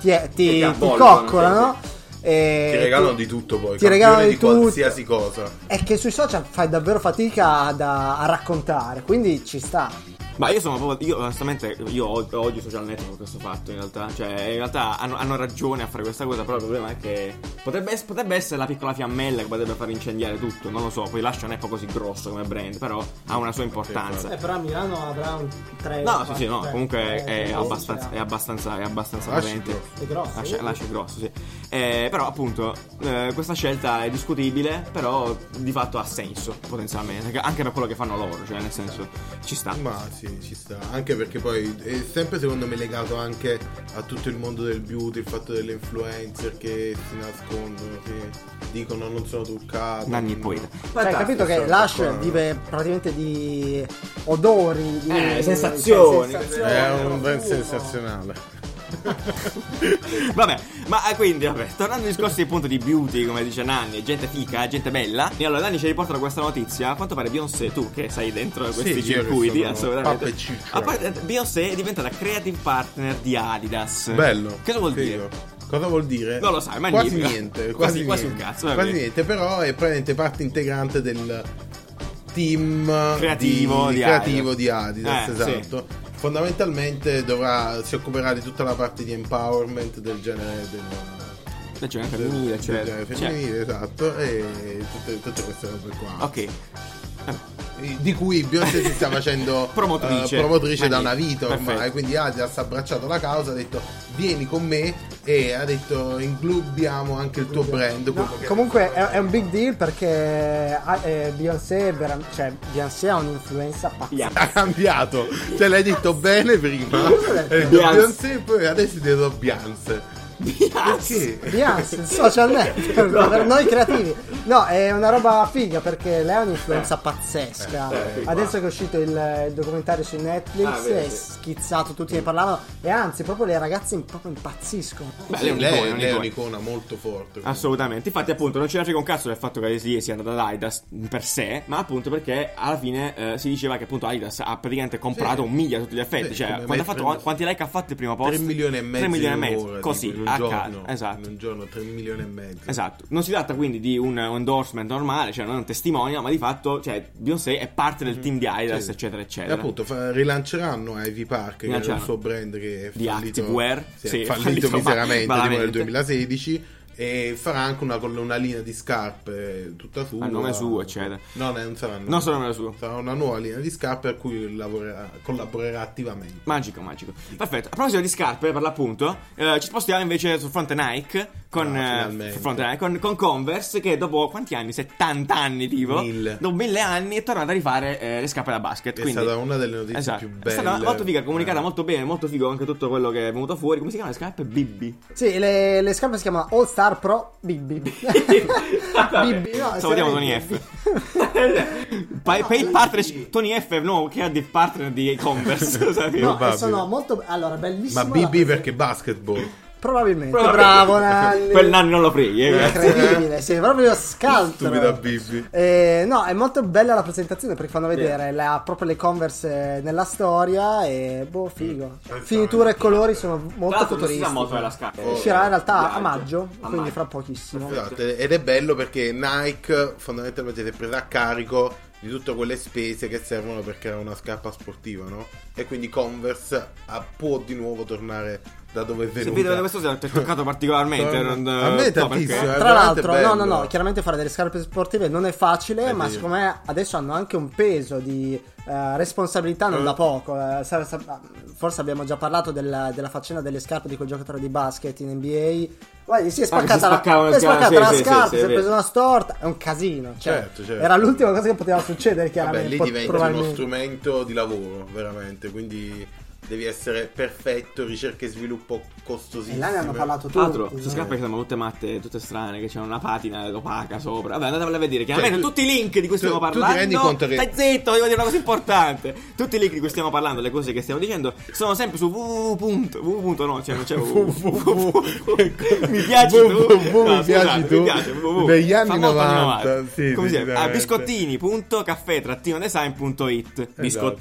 Speaker 1: ti, ti- ti
Speaker 2: avvolgono,
Speaker 1: coccolano. e
Speaker 3: Ti regalano
Speaker 1: Eh, tu-
Speaker 3: di tutto poi.
Speaker 1: Ti regalano
Speaker 3: campione
Speaker 1: di tutto.
Speaker 3: qualsiasi cosa.
Speaker 1: È che sui social fai davvero fatica ad- a raccontare, quindi ci sta.
Speaker 2: Ma io sono proprio. Io onestamente io od- odio i social network per questo fatto in realtà. Cioè, in realtà hanno, hanno ragione a fare questa cosa, però il problema è che potrebbe, ess- potrebbe essere la piccola fiammella che potrebbe far incendiare tutto, non lo so. Poi Lush non è poi così grosso come brand, però ha una sua importanza.
Speaker 1: Eh, però a Milano avrà un 3
Speaker 2: No, sì, sì, no,
Speaker 1: eh,
Speaker 2: comunque è abbastanza, è abbastanza, è abbastanza
Speaker 3: Lush è
Speaker 2: potente.
Speaker 3: grosso.
Speaker 1: È grosso,
Speaker 2: Lush-
Speaker 1: sì.
Speaker 2: Lush è grosso, sì. Eh, però appunto eh, questa scelta è discutibile, però di fatto ha senso potenzialmente, anche- anche da quello che fanno loro, cioè nel senso ci sta.
Speaker 3: Ma sì, ci sta. Anche perché poi è sempre secondo me legato anche a tutto il mondo del beauty, il fatto delle influencer che si nascondono, che dicono non sono truccate.
Speaker 2: Nanni il poeta.
Speaker 1: Cioè, hai capito che
Speaker 3: insomma,
Speaker 1: Lush
Speaker 3: qua-
Speaker 1: vive praticamente di odori, di
Speaker 2: Eh, sensazioni.
Speaker 1: sensazioni,
Speaker 3: È un brand
Speaker 1: profumo.
Speaker 3: sensazionale.
Speaker 2: Vabbè, ma eh, quindi, vabbè, tornando ai discorsi appunto di beauty, come dice Nanni, gente fica, gente bella. E allora Nanni ci riporta questa notizia. A quanto pare Beyoncé, tu che sei dentro questi
Speaker 3: io che
Speaker 2: circuiti,
Speaker 3: sono
Speaker 2: assolutamente.
Speaker 3: Papa e Ciccia.
Speaker 2: A parte, Beyoncé è diventata creative partner di Adidas.
Speaker 3: Bello.
Speaker 2: Cosa vuol
Speaker 3: Figo.
Speaker 2: dire?
Speaker 3: Cosa vuol dire?
Speaker 2: Non lo sai,
Speaker 3: Quasi
Speaker 2: magnifico.
Speaker 3: niente.
Speaker 2: Quasi-
Speaker 3: Quasi,
Speaker 2: quasi un
Speaker 3: niente.
Speaker 2: cazzo, va
Speaker 3: Quasi
Speaker 2: bene.
Speaker 3: niente, però è praticamente parte integrante del team
Speaker 2: Creativo
Speaker 3: di,
Speaker 2: di
Speaker 3: creativo
Speaker 2: Adidas.
Speaker 3: di Adidas.
Speaker 2: Eh,
Speaker 3: esatto. Fondamentalmente dovrà, si occuperà di tutta la parte di empowerment del genere del,
Speaker 2: Cioè, c'è anche
Speaker 3: del-
Speaker 2: femminile,
Speaker 3: del
Speaker 2: cioè,
Speaker 3: genere
Speaker 2: cioè,
Speaker 3: femminile, esatto, e tutte, tutte queste robe qua.
Speaker 2: Ok.
Speaker 3: Di cui Beyoncé si sta facendo
Speaker 2: Promotrice.
Speaker 3: eh, promotrice da
Speaker 2: Magnifico.
Speaker 3: una vita ormai.
Speaker 2: Perfetto.
Speaker 3: Quindi Adidas ha abbracciato la causa, ha detto vieni con me e ha detto inglubiamo anche il tuo brand.
Speaker 1: No,
Speaker 3: quello che-
Speaker 1: comunque è, è un big deal perché ah, eh, Beyoncé, è vera- cioè, Beyoncé ha un'influenza pazzesca.
Speaker 2: Yeah.
Speaker 3: ha cambiato, cioè l'hai detto bene prima, hai detto
Speaker 2: Beyoncé.
Speaker 3: Beyoncé, poi adesso ti detto Beyoncé. Perché?
Speaker 1: Beyoncé, il social
Speaker 2: Cioè,
Speaker 1: network per noi creativi. No, è una roba figa perché lei ha un'influenza pazzesca.
Speaker 2: eh, qua.
Speaker 1: Adesso che è uscito il, il documentario su Netflix
Speaker 2: Ah, vedi,
Speaker 1: è
Speaker 2: sì.
Speaker 1: schizzato, tutti ne parlavano e anzi proprio le ragazze in- proprio impazziscono.
Speaker 2: Beh, lei
Speaker 3: Sì,
Speaker 2: è Ah, un
Speaker 3: lei,
Speaker 2: icone, un
Speaker 3: lei è
Speaker 2: icone.
Speaker 3: un'icona molto forte.
Speaker 2: Assolutamente, infatti appunto non c'era frega un cazzo del fatto che Adidas sia andata ad Adidas per sé, ma appunto perché alla fine eh, si diceva che appunto Adidas ha praticamente comprato
Speaker 3: Sì.
Speaker 2: un migliaio a tutti gli effetti,
Speaker 3: Sì,
Speaker 2: cioè
Speaker 3: come
Speaker 2: quando ha
Speaker 3: Metro-
Speaker 2: fatto, quanti like ha fatto il primo posto?
Speaker 3: 3 milioni e mezzo,
Speaker 2: 3 milioni e
Speaker 3: di
Speaker 2: mezzo,
Speaker 3: ore,
Speaker 2: così,
Speaker 3: tipo, in un
Speaker 2: a
Speaker 3: giorno,
Speaker 2: caso, esatto.
Speaker 3: In un giorno 3 milioni e mezzo.
Speaker 2: Esatto, non si tratta quindi di un endorsement normale, cioè non è un testimonial, ma di fatto cioè, Beyoncé è parte del team di Adidas,
Speaker 3: Mm-hmm. Sì.
Speaker 2: eccetera,
Speaker 3: E
Speaker 2: eccetera.
Speaker 3: appunto fa- rilanceranno Ivy Park, che era il
Speaker 2: Eh, Rilanceranno.
Speaker 3: suo brand che è
Speaker 2: Di
Speaker 3: fallito,
Speaker 2: Activewear.
Speaker 3: sì, è
Speaker 2: Sì,
Speaker 3: fallito
Speaker 2: fallito
Speaker 3: miseramente tipo nel
Speaker 2: malamente.
Speaker 3: 2016. E farà anche una colonnalina di scarpe tutta sua.
Speaker 2: A Ah, nome suo, eccetera.
Speaker 3: No, ne- non sarà
Speaker 2: No, sarà nome suo.
Speaker 3: Sarà una nuova linea di scarpe a cui lavorerà- collaborerà attivamente.
Speaker 2: Magico, magico. Perfetto. A proposito di scarpe, per l'appunto, eh, ci spostiamo invece sul fronte Nike. Con,
Speaker 3: Ah,
Speaker 2: eh,
Speaker 3: finalmente.
Speaker 2: sul fronte Nike, con, con Converse, che dopo quanti anni? 70 anni, tipo.
Speaker 3: Mille.
Speaker 2: Dopo mille anni è tornata a rifare eh, le scarpe da basket.
Speaker 3: È
Speaker 2: quindi-
Speaker 3: stata una delle notizie
Speaker 2: Esatto.
Speaker 3: più belle.
Speaker 2: È stata molto figa, comunicata
Speaker 3: Eh.
Speaker 2: molto bene, molto figo anche tutto quello che è venuto fuori. Come si chiamano le scarpe? Bibbi.
Speaker 1: Sì, le, le scarpe si chiamano All Star Pro Bibbi. Bibbi, no,
Speaker 2: Salutiamo Tony
Speaker 1: seriamente.
Speaker 2: F. Pa-
Speaker 1: No,
Speaker 2: paid
Speaker 1: Bibbi.
Speaker 2: partnership- Tony F è il nuovo creative partner di Converse. lo sapevo.
Speaker 1: No, e
Speaker 3: Probabile.
Speaker 1: sono molto. Allora, bellissimo.
Speaker 3: Ma BB perché basketball.
Speaker 1: Probabilmente. Bravo, Nanni.
Speaker 2: Quel Nanni non lo freghi, eh, grazie.
Speaker 1: Incredibile, sì, proprio scaltro.
Speaker 3: Stupida BB.
Speaker 1: Eh, no, è molto bella la presentazione perché fanno vedere la- proprio le converse eh, nella storia e boh, figo. Finiture e colori sono
Speaker 2: Tra
Speaker 1: molto
Speaker 2: l'altro non si sa molto
Speaker 1: futuristiche.
Speaker 2: della scarpa.
Speaker 1: Uscirà in realtà a maggio,
Speaker 2: A
Speaker 1: quindi
Speaker 2: maggio.
Speaker 1: fra pochissimo.
Speaker 3: Esatto, ed è bello perché Nike fondamentalmente si è presa a carico di tutte quelle spese che servono per creare una scarpa sportiva, no? E quindi Converse ah, può di nuovo tornare da dove è venuta.
Speaker 2: Se vedo questo ti è toccato particolarmente.
Speaker 3: Torna-
Speaker 2: non-
Speaker 3: Eh, A me
Speaker 2: so
Speaker 3: tantissimo,
Speaker 2: perché.
Speaker 3: eh.
Speaker 1: Tra
Speaker 3: veramente
Speaker 1: l'altro, no, no,
Speaker 3: bello.
Speaker 1: no, chiaramente fare delle scarpe sportive non è facile,
Speaker 3: Eh,
Speaker 1: ma
Speaker 3: sì.
Speaker 1: secondo me adesso hanno anche un peso di eh, responsabilità non
Speaker 3: Eh.
Speaker 1: da poco. Eh, sa- sa- forse abbiamo già parlato della, della faccenda delle scarpe di quel giocatore di basket in NBA. Guardi, si è
Speaker 2: Ah, che si
Speaker 1: spaccata
Speaker 2: spaccavano
Speaker 1: la,
Speaker 2: le
Speaker 1: si è
Speaker 2: scarpe,
Speaker 1: spaccata
Speaker 2: sì,
Speaker 1: la
Speaker 2: sì,
Speaker 1: scarpa, si
Speaker 2: sì, è
Speaker 1: è
Speaker 2: vero.
Speaker 1: presa una storta. È un casino. Cioè,
Speaker 3: Certo, certo.
Speaker 1: Era l'ultima cosa che poteva succedere,
Speaker 3: Vabbè,
Speaker 1: chiaramente.
Speaker 3: lì
Speaker 1: po-
Speaker 3: diventa uno
Speaker 1: probabilmente.
Speaker 3: strumento di lavoro, veramente, quindi devi essere perfetto, ricerca e sviluppo
Speaker 1: E
Speaker 3: costosissimo.
Speaker 1: là ne hanno parlato tutti.
Speaker 2: Tra l'altro, queste
Speaker 1: no?
Speaker 2: scarpe che sono tutte matte, tutte strane, che c'è una patina opaca sopra. Vabbè, andatevele a vedere. Chiaramente
Speaker 3: Cioè, tu-
Speaker 2: tutti i link di cui
Speaker 3: tu-
Speaker 2: stiamo
Speaker 3: tu ti
Speaker 2: parlando.
Speaker 3: rendi conto che-
Speaker 2: Stai zitto, devo dire una cosa importante. Tutti i link di cui stiamo parlando, le cose che stiamo dicendo, sono sempre su www. punto- www. punto no, cioè non c'è www. Mi piaci tu.
Speaker 3: www,
Speaker 2: No,
Speaker 3: mi
Speaker 2: scusate,
Speaker 3: piaci tu.
Speaker 2: Mi piace www.
Speaker 3: Degli anni
Speaker 2: Famoso
Speaker 3: 90, sì,
Speaker 2: Come si chiama? Ah,
Speaker 3: decisamente.
Speaker 2: biscottini.caffè-design.it
Speaker 3: Esatto.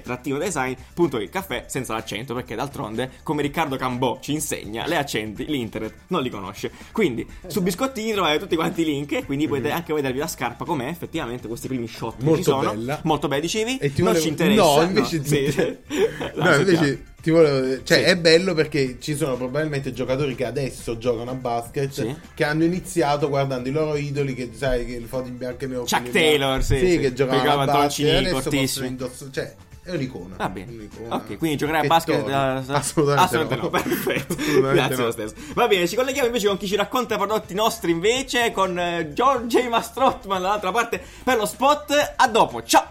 Speaker 2: biscottini.caffè-design.it Caffè senza l'accento perché d'altronde, come Riccardo Cambò ci insegna, le accenti l'internet non li conosce. Quindi
Speaker 3: Esatto.
Speaker 2: su biscottini trovate tutti quanti i link e quindi potete anche vedervi la scarpa com'è effettivamente questi primi shot che
Speaker 3: Mhm. Molto
Speaker 2: ci sono.
Speaker 3: bella.
Speaker 2: Molto bella, dicevi?
Speaker 3: E ti
Speaker 2: non
Speaker 3: volevo-
Speaker 2: ci interessa.
Speaker 3: No, invece
Speaker 2: no,
Speaker 3: ti-
Speaker 2: sì.
Speaker 3: No,
Speaker 2: Dai,
Speaker 3: invece
Speaker 2: sentiamo.
Speaker 3: ti volevo- cioè
Speaker 2: Sì.
Speaker 3: è bello perché ci sono probabilmente giocatori che adesso giocano a basket
Speaker 2: Sì.
Speaker 3: che hanno iniziato guardando i loro idoli che sai che le foto in bianco e nero
Speaker 2: Chuck
Speaker 3: quelli là.
Speaker 2: Taylor, sì, sì.
Speaker 3: che giocavano
Speaker 2: Giocava
Speaker 3: a basket
Speaker 2: Antoncini,
Speaker 3: e adesso possono
Speaker 2: cortissimi.
Speaker 3: indossare- cioè è un'icona.
Speaker 2: Va bene.
Speaker 3: un'icona
Speaker 2: Ok, quindi giocare a
Speaker 3: che
Speaker 2: basket
Speaker 3: torna.
Speaker 2: eh,
Speaker 3: assolutamente,
Speaker 2: assolutamente no. Perfetto.
Speaker 3: Assolutamente
Speaker 2: Grazie
Speaker 3: no.
Speaker 2: lo stesso. Va bene, ci colleghiamo invece con chi ci racconta i prodotti nostri invece con eh, George J. Mastrottman dall'altra parte per lo spot. A dopo. Ciao.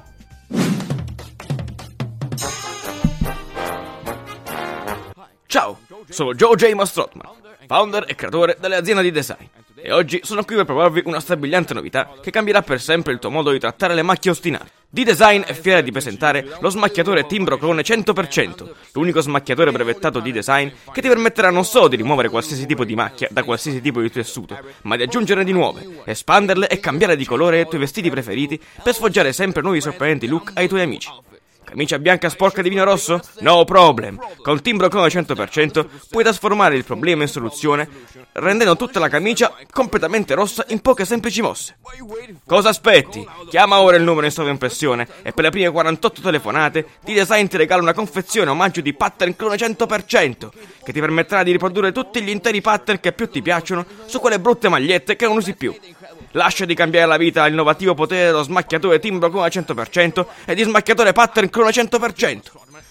Speaker 6: Ciao, sono Joe J. Mastrotman, founder e creatore dell'azienda di design. E oggi sono qui per provarvi una strabiliante novità che cambierà per sempre il tuo modo di trattare le macchie ostinate. D-Design è fiera di presentare lo smacchiatore Timbrocrone 100%, l'unico smacchiatore brevettato di design che ti permetterà non solo di rimuovere qualsiasi tipo di macchia da qualsiasi tipo di tessuto, ma di aggiungerne di nuove, espanderle e cambiare di colore i tuoi vestiti preferiti per sfoggiare sempre nuovi sorprendenti look ai tuoi amici. Camicia bianca sporca di vino rosso? No problem! Con Timbrocone 100% puoi trasformare il problema in soluzione rendendo tutta la camicia completamente rossa in poche semplici mosse. Cosa aspetti? Chiama ora il numero in sovraimpressione e per le prime 48 telefonate T-Design ti regala una confezione omaggio di pattern clone 100% che ti permetterà di riprodurre tutti gli interi pattern che più ti piacciono su quelle brutte magliette che non usi più. Lascia di cambiare la vita all'innovativo potere dello smacchiatore timbro clone 100% e di smacchiatore pattern clone 100%.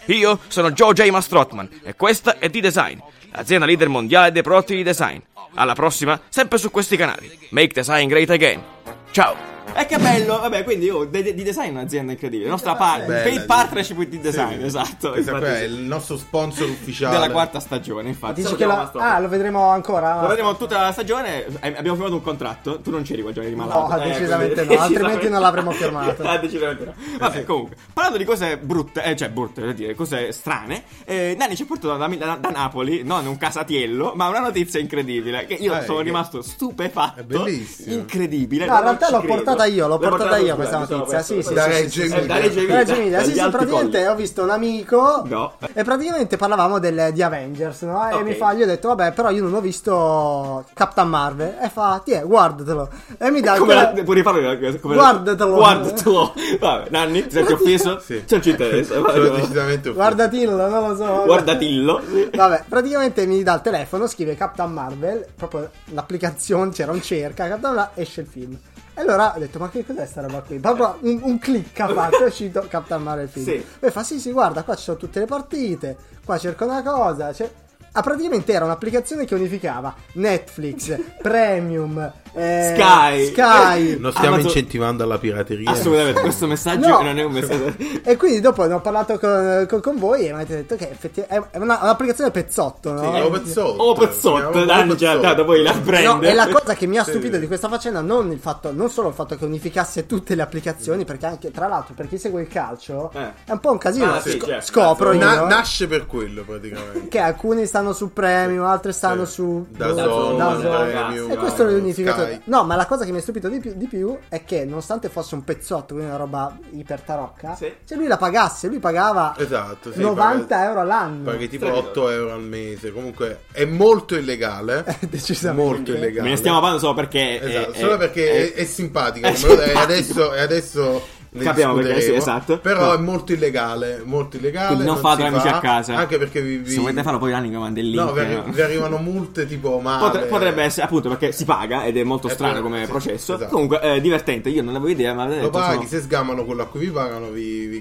Speaker 6: Io sono Joe J. Mastrotman e questa è D-Design, l'azienda leader mondiale dei prodotti di design. Alla prossima, sempre su questi canali. Make design great again. Ciao!
Speaker 2: E Eh, che bello, vabbè, quindi io de- de- di design è un'azienda incredibile. La nostra par-
Speaker 3: Bella,
Speaker 2: paid
Speaker 3: sì.
Speaker 2: partnership with di design,
Speaker 3: Sì.
Speaker 2: esatto.
Speaker 3: Questa
Speaker 2: infatti
Speaker 3: qua è
Speaker 2: sì.
Speaker 3: il nostro sponsor ufficiale
Speaker 2: della quarta stagione, infatti.
Speaker 1: Dici
Speaker 2: Ciao,
Speaker 1: che
Speaker 2: Joe
Speaker 1: la...
Speaker 2: Mastrottman.
Speaker 1: Ah, lo vedremo ancora?
Speaker 2: Lo vedremo tutta la stagione. eh, abbiamo firmato un contratto. Tu non c'eri quel giorno di malato. Eh,
Speaker 1: No, decisamente
Speaker 2: quindi-
Speaker 1: no, altrimenti non l'avremmo firmato. Eh,
Speaker 2: Ah, decisamente no. Vabbè, comunque, parlando di cose brutte, eh, cioè brutte, voglio dire, cose strane, eh, Nanni ci ha portato da, da- da Napoli, non un casatiello, ma una notizia incredibile. Che io
Speaker 3: Eh,
Speaker 2: sono
Speaker 3: che-
Speaker 2: rimasto stupefatto.
Speaker 3: è bellissimo.
Speaker 2: Incredibile.
Speaker 1: No, in
Speaker 2: non
Speaker 1: realtà
Speaker 2: ci
Speaker 1: l'ho
Speaker 2: credo.
Speaker 1: portata io, l'ho
Speaker 2: L'hai
Speaker 1: portata
Speaker 2: portato
Speaker 1: io
Speaker 2: tu,
Speaker 1: questa
Speaker 2: mi sono
Speaker 1: notizia.
Speaker 2: perso.
Speaker 1: Sì, sì,
Speaker 3: Da
Speaker 1: sì, sì,
Speaker 3: Reggio
Speaker 1: sì, sì.
Speaker 3: Emilia.
Speaker 2: Da Reggio Emilia.
Speaker 1: Da Reggio Emilia.
Speaker 2: Dagli
Speaker 1: Sì, sì,
Speaker 2: alti
Speaker 1: praticamente
Speaker 2: colli.
Speaker 1: ho visto un amico
Speaker 2: No.
Speaker 1: e praticamente parlavamo del- di Avengers, no? E
Speaker 2: Ok.
Speaker 1: mi fa, gli ho detto, vabbè, però io non ho visto Captain Marvel. E fa, ti è, guardatelo. E mi dà
Speaker 2: Come la,
Speaker 1: quella-
Speaker 2: puoi rifarlo? eh, Come la-
Speaker 1: Guardatelo.
Speaker 2: Guardatelo. Vabbè, Nanni, ti sei più offeso?
Speaker 3: Sì.
Speaker 2: Non ci interessa.
Speaker 3: Sono decisamente offeso.
Speaker 1: Guardatillo, non lo so.
Speaker 2: Guardatillo. Sì.
Speaker 1: Vabbè, praticamente mi dà il telefono, scrive Captain Marvel, proprio l'applicazione, c'era un cerca, Captain Marvel, esce il film. E allora ho detto, ma che cos'è sta roba qui? Proprio un, un click ha fatto, è uscito Captain Marvel il film.
Speaker 2: Sì.
Speaker 1: E fa, sì, sì, guarda, qua ci sono tutte le partite, qua cerco una cosa, c'è... Ah, praticamente era un'applicazione che unificava Netflix, Premium, eh,
Speaker 2: Sky.
Speaker 1: Sky,
Speaker 3: Non stiamo
Speaker 2: Amazon-
Speaker 3: incentivando alla pirateria.
Speaker 2: Assolutamente, questo messaggio
Speaker 1: No.
Speaker 2: non è un messaggio.
Speaker 1: E quindi dopo ne ho parlato con, con, con voi e mi avete detto che effettivamente è una- un'applicazione pezzotto, no?
Speaker 3: Sì, Open Source.
Speaker 2: Oh, pezzotto,
Speaker 3: Chiamiamolo
Speaker 2: Nanni ci ha
Speaker 3: pezzotto.
Speaker 2: dato poi la prende.
Speaker 1: No, e la cosa che mi ha
Speaker 3: Sì.
Speaker 1: stupito di questa faccenda non, il fatto, non solo il fatto che unificasse tutte le applicazioni, perché anche tra l'altro per chi segue il calcio
Speaker 2: Eh.
Speaker 1: è un po' un casino.
Speaker 2: Ah, sì,
Speaker 1: Sc-
Speaker 2: certo.
Speaker 1: Scopro
Speaker 3: Na-
Speaker 1: io
Speaker 3: nasce per quello praticamente.
Speaker 1: che alcuni stanno su Premium, altri stanno su
Speaker 3: da
Speaker 2: Dazon, Dazon.
Speaker 3: Premium,
Speaker 1: E questo è
Speaker 3: Sky.
Speaker 1: l'unificatore. No, ma la cosa che mi ha stupito di più, di più è che nonostante fosse un pezzotto, quindi una roba iper tarocca,
Speaker 2: Sì.
Speaker 1: se lui la pagasse, lui pagava
Speaker 3: Esatto, sì,
Speaker 1: 90
Speaker 3: paga-
Speaker 1: euro all'anno.
Speaker 3: Paghi tipo
Speaker 2: Capito.
Speaker 3: 8 euro al mese. Comunque è molto illegale.
Speaker 1: Eh, Decisamente.
Speaker 3: molto illegale.
Speaker 2: eh, Me ne stiamo eh, parlando solo perché.
Speaker 3: Esatto,
Speaker 2: è-
Speaker 3: solo
Speaker 2: è-
Speaker 3: perché
Speaker 2: è-
Speaker 3: è, è simpatica. come lo- e
Speaker 2: simpatico.
Speaker 3: adesso, e adesso ne
Speaker 2: Capiamo perché,
Speaker 3: discuteremo,
Speaker 2: sì, esatto.
Speaker 3: Però
Speaker 2: No.
Speaker 3: è molto illegale. Molto illegale.
Speaker 2: Quindi non
Speaker 3: non
Speaker 2: fatelo
Speaker 3: si
Speaker 2: amici
Speaker 3: fa,
Speaker 2: a casa.
Speaker 3: Anche perché vi. vi-
Speaker 2: Se volete farlo, poi Nanni mi manda il link.
Speaker 3: No, vi, arri-
Speaker 2: no?
Speaker 3: vi arrivano multe tipo male.
Speaker 2: Potre- potrebbe essere appunto perché si paga ed è molto
Speaker 3: Eh,
Speaker 2: strano
Speaker 3: poi-
Speaker 2: come
Speaker 3: sì,
Speaker 2: processo.
Speaker 3: esatto.
Speaker 2: Comunque, eh, divertente. Io non avevo idea, ma
Speaker 3: Lo
Speaker 2: detto,
Speaker 3: paghi,
Speaker 2: sono-
Speaker 3: se sgamano quello a cui vi pagano, vi, vi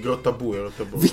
Speaker 3: grottabuia, grottabuia.
Speaker 2: Vi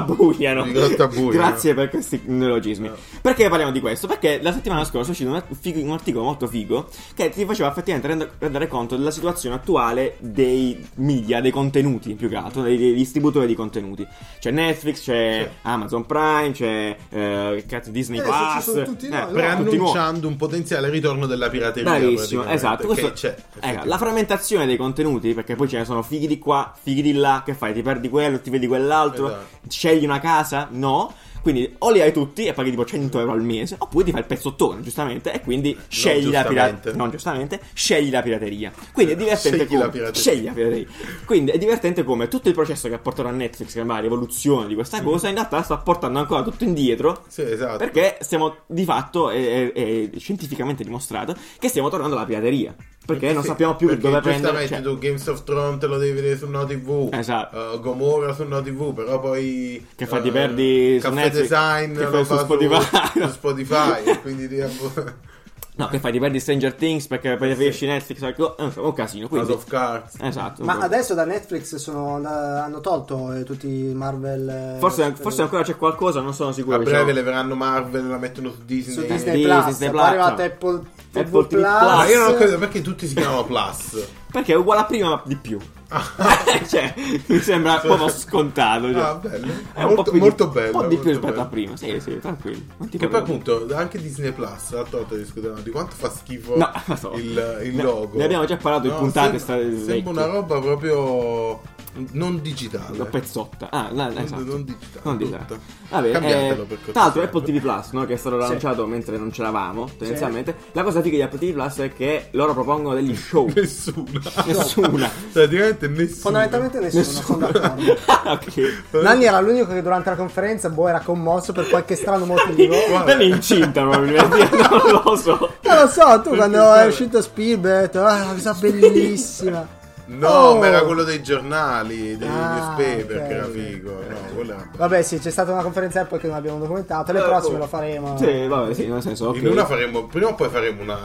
Speaker 2: crottabuiano.
Speaker 3: Vi crottabuiano.
Speaker 2: Grazie per questi neologismi.
Speaker 3: No.
Speaker 2: Perché parliamo di questo? Perché la settimana scorsa è uscito un, fig- un articolo molto figo che ti faceva effettivamente rend- rendere conto della situazione attuale dei media, dei contenuti più che altro, dei, dei distributori di contenuti. C'è Netflix, c'è
Speaker 3: Sì.
Speaker 2: Amazon Prime, c'è eh, che cazzo, Disney
Speaker 1: Eh, se
Speaker 2: Plus.
Speaker 1: ci sono tutti noi, no?
Speaker 2: tutti nuovi.
Speaker 3: preannunciando un potenziale ritorno della pirateria.
Speaker 2: Bravissimo,
Speaker 3: praticamente,
Speaker 2: esatto.
Speaker 3: che cioè,
Speaker 2: Questo,
Speaker 3: c'è,
Speaker 2: ecco, la frammentazione dei contenuti, perché poi ce ne sono fighi di qua, fighi di là, che fai? Ti perdi quello, ti vedi quell'altro,
Speaker 3: Esatto.
Speaker 2: scegli una casa? No. Quindi o li hai tutti e paghi tipo 100 euro al mese, oppure ti fai il pezzottone, giustamente, e quindi scegli la pirateria.
Speaker 3: giustamente.
Speaker 2: Non giustamente, scegli la pirateria. Quindi è divertente
Speaker 3: Scegli
Speaker 2: come...
Speaker 3: la pirateria.
Speaker 2: Scegli la pirateria. Quindi è divertente come tutto il processo che ha portato a Netflix, che è la rivoluzione di questa cosa, in realtà sta portando ancora tutto indietro
Speaker 3: Sì, esatto.
Speaker 2: perché stiamo di fatto, è, è- è scientificamente dimostrato, che stiamo tornando alla pirateria. Perché non
Speaker 3: Sì,
Speaker 2: sappiamo più
Speaker 3: perché
Speaker 2: dove prendere.
Speaker 3: giustamente
Speaker 2: Cioè,
Speaker 3: tu Games of Thrones te lo devi vedere su No TV
Speaker 2: Esatto.
Speaker 3: eh, Gomorra su No TV però poi
Speaker 2: Che fa
Speaker 3: eh,
Speaker 2: ti perdi su
Speaker 3: Caffè
Speaker 2: Netflix,
Speaker 3: Design
Speaker 2: che
Speaker 3: lo
Speaker 2: fai
Speaker 3: fa
Speaker 2: su Spotify.
Speaker 3: su, Spotify quindi ti
Speaker 2: cioè, No, che fai? Ti perdi Stranger Things
Speaker 3: Eh,
Speaker 2: perché poi esci Netflix. ecco, È un- è un casino.
Speaker 3: House
Speaker 2: Quindi,
Speaker 3: of Cards
Speaker 2: esatto.
Speaker 1: Ma
Speaker 2: Poi-
Speaker 1: adesso da Netflix sono, da- hanno tolto eh, tutti i Marvel. eh,
Speaker 2: forse,
Speaker 1: super-
Speaker 2: forse ancora c'è qualcosa, non sono sicuro.
Speaker 3: a
Speaker 2: diciamo.
Speaker 3: breve leveranno Marvel la mettono su Disney,
Speaker 1: su
Speaker 2: Disney
Speaker 1: Disney Plus.
Speaker 2: Disney
Speaker 1: poi
Speaker 2: Plus,
Speaker 1: è arrivato
Speaker 2: cioè.
Speaker 1: Apple TV,
Speaker 2: Apple TV+.
Speaker 1: Plus.
Speaker 3: ma Ah, io non ho capito perché tutti si chiamano Plus
Speaker 2: Perché è uguale a prima, ma di più.
Speaker 3: Ah.
Speaker 2: cioè, mi sembra proprio scontato. cioè.
Speaker 3: ah bello
Speaker 2: È un po'
Speaker 3: molto,
Speaker 2: più di-
Speaker 3: molto bello
Speaker 2: Un po' di
Speaker 3: molto
Speaker 2: più rispetto
Speaker 3: bello.
Speaker 2: a prima. Sì, sì, tranquillo. Non ti
Speaker 3: che poi
Speaker 2: preoccupare.
Speaker 3: appunto anche Disney Plus l'altra volta discutevamo di quanto fa schifo
Speaker 2: No, lo so.
Speaker 3: il, il
Speaker 2: Ne-
Speaker 3: logo
Speaker 2: ne abbiamo già parlato in puntate
Speaker 3: sembra,
Speaker 2: sta- vecchie.
Speaker 3: sembra una roba proprio non digitale
Speaker 2: La pezzotta. Ah, no,
Speaker 3: eh. non,
Speaker 2: esatto.
Speaker 3: non digitale
Speaker 2: Non dite.
Speaker 3: brutta.
Speaker 2: Vabbè,
Speaker 3: cambiatelo
Speaker 2: eh,
Speaker 3: per cortesia.
Speaker 2: Tra l'altro Apple TV Plus, no, che è stato lanciato mentre non ce l'avamo, tendenzialmente. La cosa figa di Apple TV Plus è che loro propongono degli show.
Speaker 3: nessuna Cioè,
Speaker 2: Nessuna.
Speaker 3: praticamente nessuna
Speaker 1: Fondamentalmente nessuno, sono d'accordo.
Speaker 2: ok.
Speaker 1: Nanni era l'unico che durante la conferenza boh, era commosso per qualche strano motivo.
Speaker 2: Non è incinta probabilmente, non lo so.
Speaker 1: Non lo so, tu quando
Speaker 3: strano.
Speaker 1: è uscito Spielberg hai detto, ah, una cosa bellissima.
Speaker 3: no
Speaker 1: Oh.
Speaker 3: ma era quello dei giornali dei
Speaker 1: Ah,
Speaker 3: newspaper
Speaker 1: ok.
Speaker 3: che era figo no quello era bello.
Speaker 1: Vabbè, sì, c'è stata una conferenza Apple che non abbiamo documentato. Le
Speaker 2: Eh,
Speaker 1: prossime
Speaker 2: boh.
Speaker 1: lo faremo.
Speaker 2: Sì, vabbè, sì, nel senso, ok.
Speaker 3: in una faremo prima o poi faremo una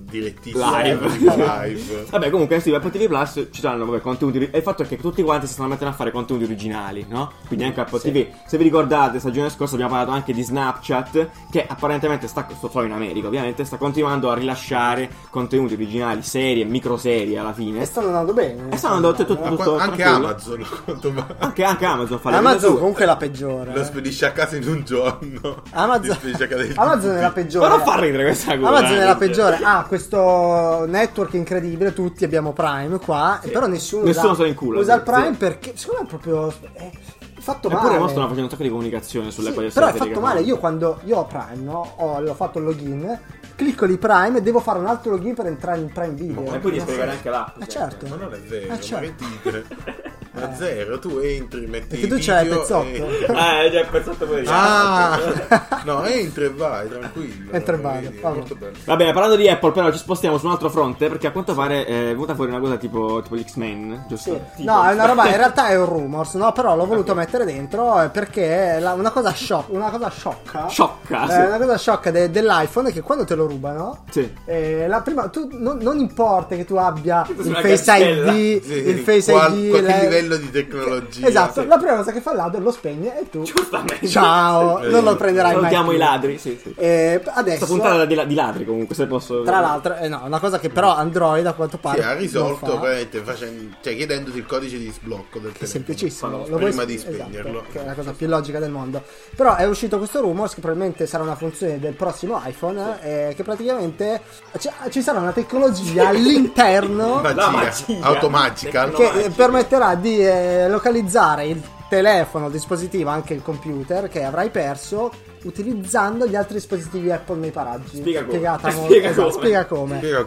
Speaker 3: direttissima
Speaker 2: Live.
Speaker 3: live.
Speaker 2: Vabbè, comunque, sì, Apple TV Plus ci saranno vabbè, contenuti. ori- E il fatto è che tutti quanti si stanno mettendo a fare contenuti originali, no? Quindi anche Apple TV. Se vi ricordate, stagione scorsa abbiamo parlato anche di Snapchat, che apparentemente sta, sto solo in America, ovviamente, sta continuando a rilasciare contenuti originali, serie, microserie alla
Speaker 1: E
Speaker 2: fine.
Speaker 1: stanno andando bene.
Speaker 2: E stanno andando
Speaker 1: Amazon
Speaker 2: tutto,
Speaker 3: Ma
Speaker 2: tutto,
Speaker 3: qua- anche
Speaker 2: tranquillo.
Speaker 3: Amazon a quanto pare.
Speaker 2: Anche, anche Amazon fa le
Speaker 1: Amazon
Speaker 2: sue.
Speaker 1: comunque è la peggiore.
Speaker 3: Lo
Speaker 1: eh.
Speaker 3: spedisce a casa in un giorno. Lo
Speaker 1: Amazon,
Speaker 3: spedisce a casa in-
Speaker 1: Amazon è la peggiore.
Speaker 2: Ma non fa ridere questa cosa.
Speaker 1: Amazon è la
Speaker 2: eh.
Speaker 1: peggiore. Ah, questo network incredibile. Tutti abbiamo Prime qua. Però nessuno,
Speaker 2: Nessuno
Speaker 1: usa,
Speaker 2: se ne incula,
Speaker 1: usa il
Speaker 2: sì.
Speaker 1: Prime perché secondo me è proprio. eh, fatto male.
Speaker 2: Eppure Mostro facendo un sacco di comunicazione sulle
Speaker 1: Sì,
Speaker 2: quali
Speaker 1: però è
Speaker 2: state
Speaker 1: fatto male.
Speaker 2: telecamando.
Speaker 1: Io quando io ho Prime, no? Ho, l'ho fatto il login, clicco di Prime e devo fare un altro login per entrare in Prime Video.
Speaker 2: E quindi spiegare anche l'app.
Speaker 1: Ma
Speaker 2: cioè.
Speaker 1: certo.
Speaker 3: Ma non è vero,
Speaker 1: Ah,
Speaker 3: ma
Speaker 1: certo. Eh.
Speaker 3: che dite? Ma zero, tu entri, metti
Speaker 1: Perché
Speaker 3: il
Speaker 1: tu c'hai il
Speaker 3: video
Speaker 1: pezzotto.
Speaker 3: e-
Speaker 2: Eh, già, pensato pure
Speaker 3: Ah! no, entri e vai, tranquillo.
Speaker 1: Entra e vai,
Speaker 3: Vedi, è
Speaker 1: vabbè.
Speaker 3: Molto bello.
Speaker 2: Va bene, parlando di Apple, però ci spostiamo su un altro fronte perché a quanto pare eh, è venuta fuori una cosa tipo, tipo gli X-Men, giusto?
Speaker 1: Sì.
Speaker 2: Tipo-
Speaker 1: No, è una roba, in realtà è un rumors, no? Però l'ho voluto mettere dentro eh, perché è la- una cosa shock, una cosa sciocca.
Speaker 2: Sciocca,
Speaker 1: Eh,
Speaker 2: sì.
Speaker 1: una cosa sciocca de- dell'iPhone è che quando te lo rubano,
Speaker 2: Sì.
Speaker 1: eh, la prima, tu, non, non importa che tu abbia il
Speaker 2: una
Speaker 1: Face
Speaker 2: gazzella.
Speaker 1: ID,
Speaker 3: Sì,
Speaker 1: il Face
Speaker 3: qual-
Speaker 1: ID,
Speaker 3: qualche
Speaker 1: le-
Speaker 3: livello di tecnologia.
Speaker 1: Esatto,
Speaker 3: sì.
Speaker 1: la prima cosa che fa il ladro è lo spegne e tu
Speaker 2: Giustamente.
Speaker 1: ciao,
Speaker 3: Sì.
Speaker 1: non lo prenderai mai.
Speaker 2: Salutiamo
Speaker 1: più.
Speaker 2: i ladri, sì, sì.
Speaker 1: Eh, adesso
Speaker 2: Questa puntata era di, la- di ladri comunque, se posso...
Speaker 1: tra l'altro, eh, no, una cosa che però Android a quanto pare
Speaker 3: Sì, ha risolto
Speaker 1: non fa.
Speaker 3: veramente facendo, cioè, chiedendoti il codice di sblocco del
Speaker 1: È
Speaker 3: telefono.
Speaker 1: semplicissimo.
Speaker 3: Prima
Speaker 1: Lo vuoi-
Speaker 3: di
Speaker 1: esatto,
Speaker 3: spegnerlo.
Speaker 1: che è la cosa più logica del mondo. Però è uscito questo rumors che probabilmente sarà una funzione del prossimo iPhone. eh, che praticamente ci- ci sarà una tecnologia all'interno
Speaker 3: Magia,
Speaker 2: magia.
Speaker 3: automagica.
Speaker 2: Tecno-
Speaker 1: che
Speaker 2: magica.
Speaker 1: eh, permetterà di eh, localizzare il telefono, il dispositivo, anche il computer che avrai perso utilizzando gli altri dispositivi Apple nei paraggi.
Speaker 2: Spiega come.
Speaker 1: Spiegata molto-
Speaker 2: Spiega
Speaker 1: esatto,
Speaker 2: come.
Speaker 1: spiega come.
Speaker 3: Spiega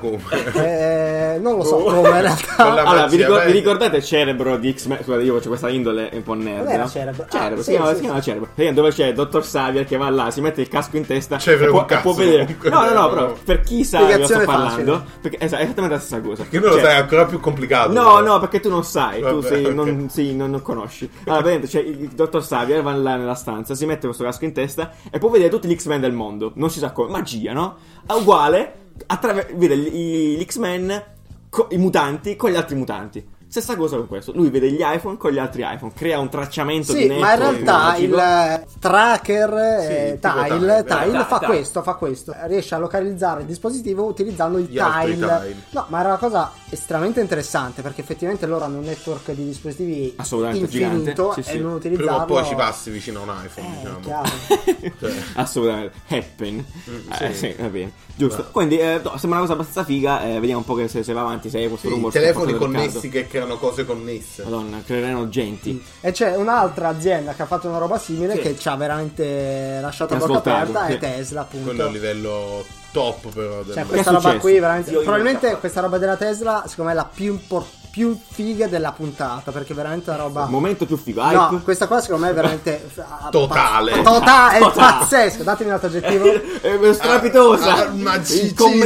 Speaker 3: come.
Speaker 1: Eh, non lo so
Speaker 2: Oh.
Speaker 1: come in realtà.
Speaker 3: Con la
Speaker 2: Allora, vi,
Speaker 3: magia,
Speaker 2: ricor-
Speaker 3: vai.
Speaker 2: vi ricordate Cerebro di X-Men? Scusate, io faccio questa indole un po' nerd.
Speaker 1: Non era
Speaker 2: no?
Speaker 1: Cerebro. Ah,
Speaker 2: si,
Speaker 1: sì,
Speaker 2: chiama,
Speaker 1: sì,
Speaker 2: si
Speaker 1: sì.
Speaker 2: chiama Cerebro. Vedi Dove c'è Dottor Xavier che va là, si mette il casco in testa
Speaker 3: Cerebro
Speaker 2: e può,
Speaker 3: un cazzo,
Speaker 2: può vedere.
Speaker 3: comunque.
Speaker 2: No, no, no, però per chi sa di cosa sto
Speaker 1: Spiegazione
Speaker 2: parlando, perché es- è esattamente la stessa cosa.
Speaker 3: Che non lo
Speaker 2: Cioè,
Speaker 3: sai, è ancora più complicato.
Speaker 2: No, no, perché tu non sai, tu
Speaker 3: Vabbè,
Speaker 2: sei-
Speaker 3: ok.
Speaker 2: non, sì, non, non conosci. Allora, vedete, cioè, il il dottor Xavier va là nella stanza, si mette questo casco in testa e può vedere tutti gli X-Men del mondo. Non si sa come, magia, no? È uguale, attraver- vede gli, gli X-Men, co- i mutanti, con gli altri mutanti. Stessa cosa con questo, lui vede gli iPhone con gli altri iPhone, crea un tracciamento di
Speaker 1: Sì,
Speaker 2: network
Speaker 1: ma in realtà
Speaker 2: magico.
Speaker 1: il eh, tracker eh,
Speaker 3: Sì, tipo
Speaker 1: tile,
Speaker 3: tile,
Speaker 1: tile
Speaker 2: eh,
Speaker 1: fa
Speaker 2: tile.
Speaker 1: questo, fa questo. Riesce a localizzare il dispositivo utilizzando il
Speaker 3: Gli altri
Speaker 1: tile.
Speaker 3: tile.
Speaker 1: No, ma era una cosa estremamente interessante perché effettivamente loro hanno un network di dispositivi
Speaker 2: Assolutamente
Speaker 1: infinito
Speaker 2: gigante, sì,
Speaker 1: e
Speaker 2: sì.
Speaker 1: non utilizzarlo.
Speaker 3: Prima o poi ci passi vicino a un iPhone,
Speaker 1: Eh,
Speaker 3: diciamo.
Speaker 1: chiaro.
Speaker 2: Assolutamente, happen.
Speaker 3: Mm, sì.
Speaker 2: Eh, sì, va bene. Giusto. Quindi eh, no, sembra una cosa abbastanza figa, eh, vediamo un po' che se, se va avanti, se questo
Speaker 3: Sì,
Speaker 2: rumore sta
Speaker 3: telefoni
Speaker 2: portando al
Speaker 3: connessi
Speaker 2: caldo.
Speaker 3: che creano cose connesse.
Speaker 2: Madonna, creeranno genti.
Speaker 1: E c'è un'altra azienda che ha fatto una roba simile che ci ha veramente lasciato a
Speaker 2: Mi ha
Speaker 1: bocca
Speaker 2: svoltato,
Speaker 1: aperta. È
Speaker 2: sì.
Speaker 1: Tesla,
Speaker 3: Quello è un
Speaker 1: appunto.
Speaker 3: livello top, però. del-
Speaker 1: Cioè,
Speaker 2: Che è
Speaker 1: questa roba
Speaker 2: successo?
Speaker 1: qui, veramente.
Speaker 2: Io- io-
Speaker 1: probabilmente questa roba della Tesla, secondo me, è la più, impor- più figa della puntata. Perché è veramente una roba.
Speaker 2: Momento più figo, hype.
Speaker 1: Ah. No, questa qua secondo me è veramente
Speaker 3: Totale.
Speaker 1: pa- Totale, è
Speaker 2: Totale.
Speaker 1: pazzesco. Datemi un altro aggettivo.
Speaker 2: Eh, strapitosa,
Speaker 3: Ah, ah,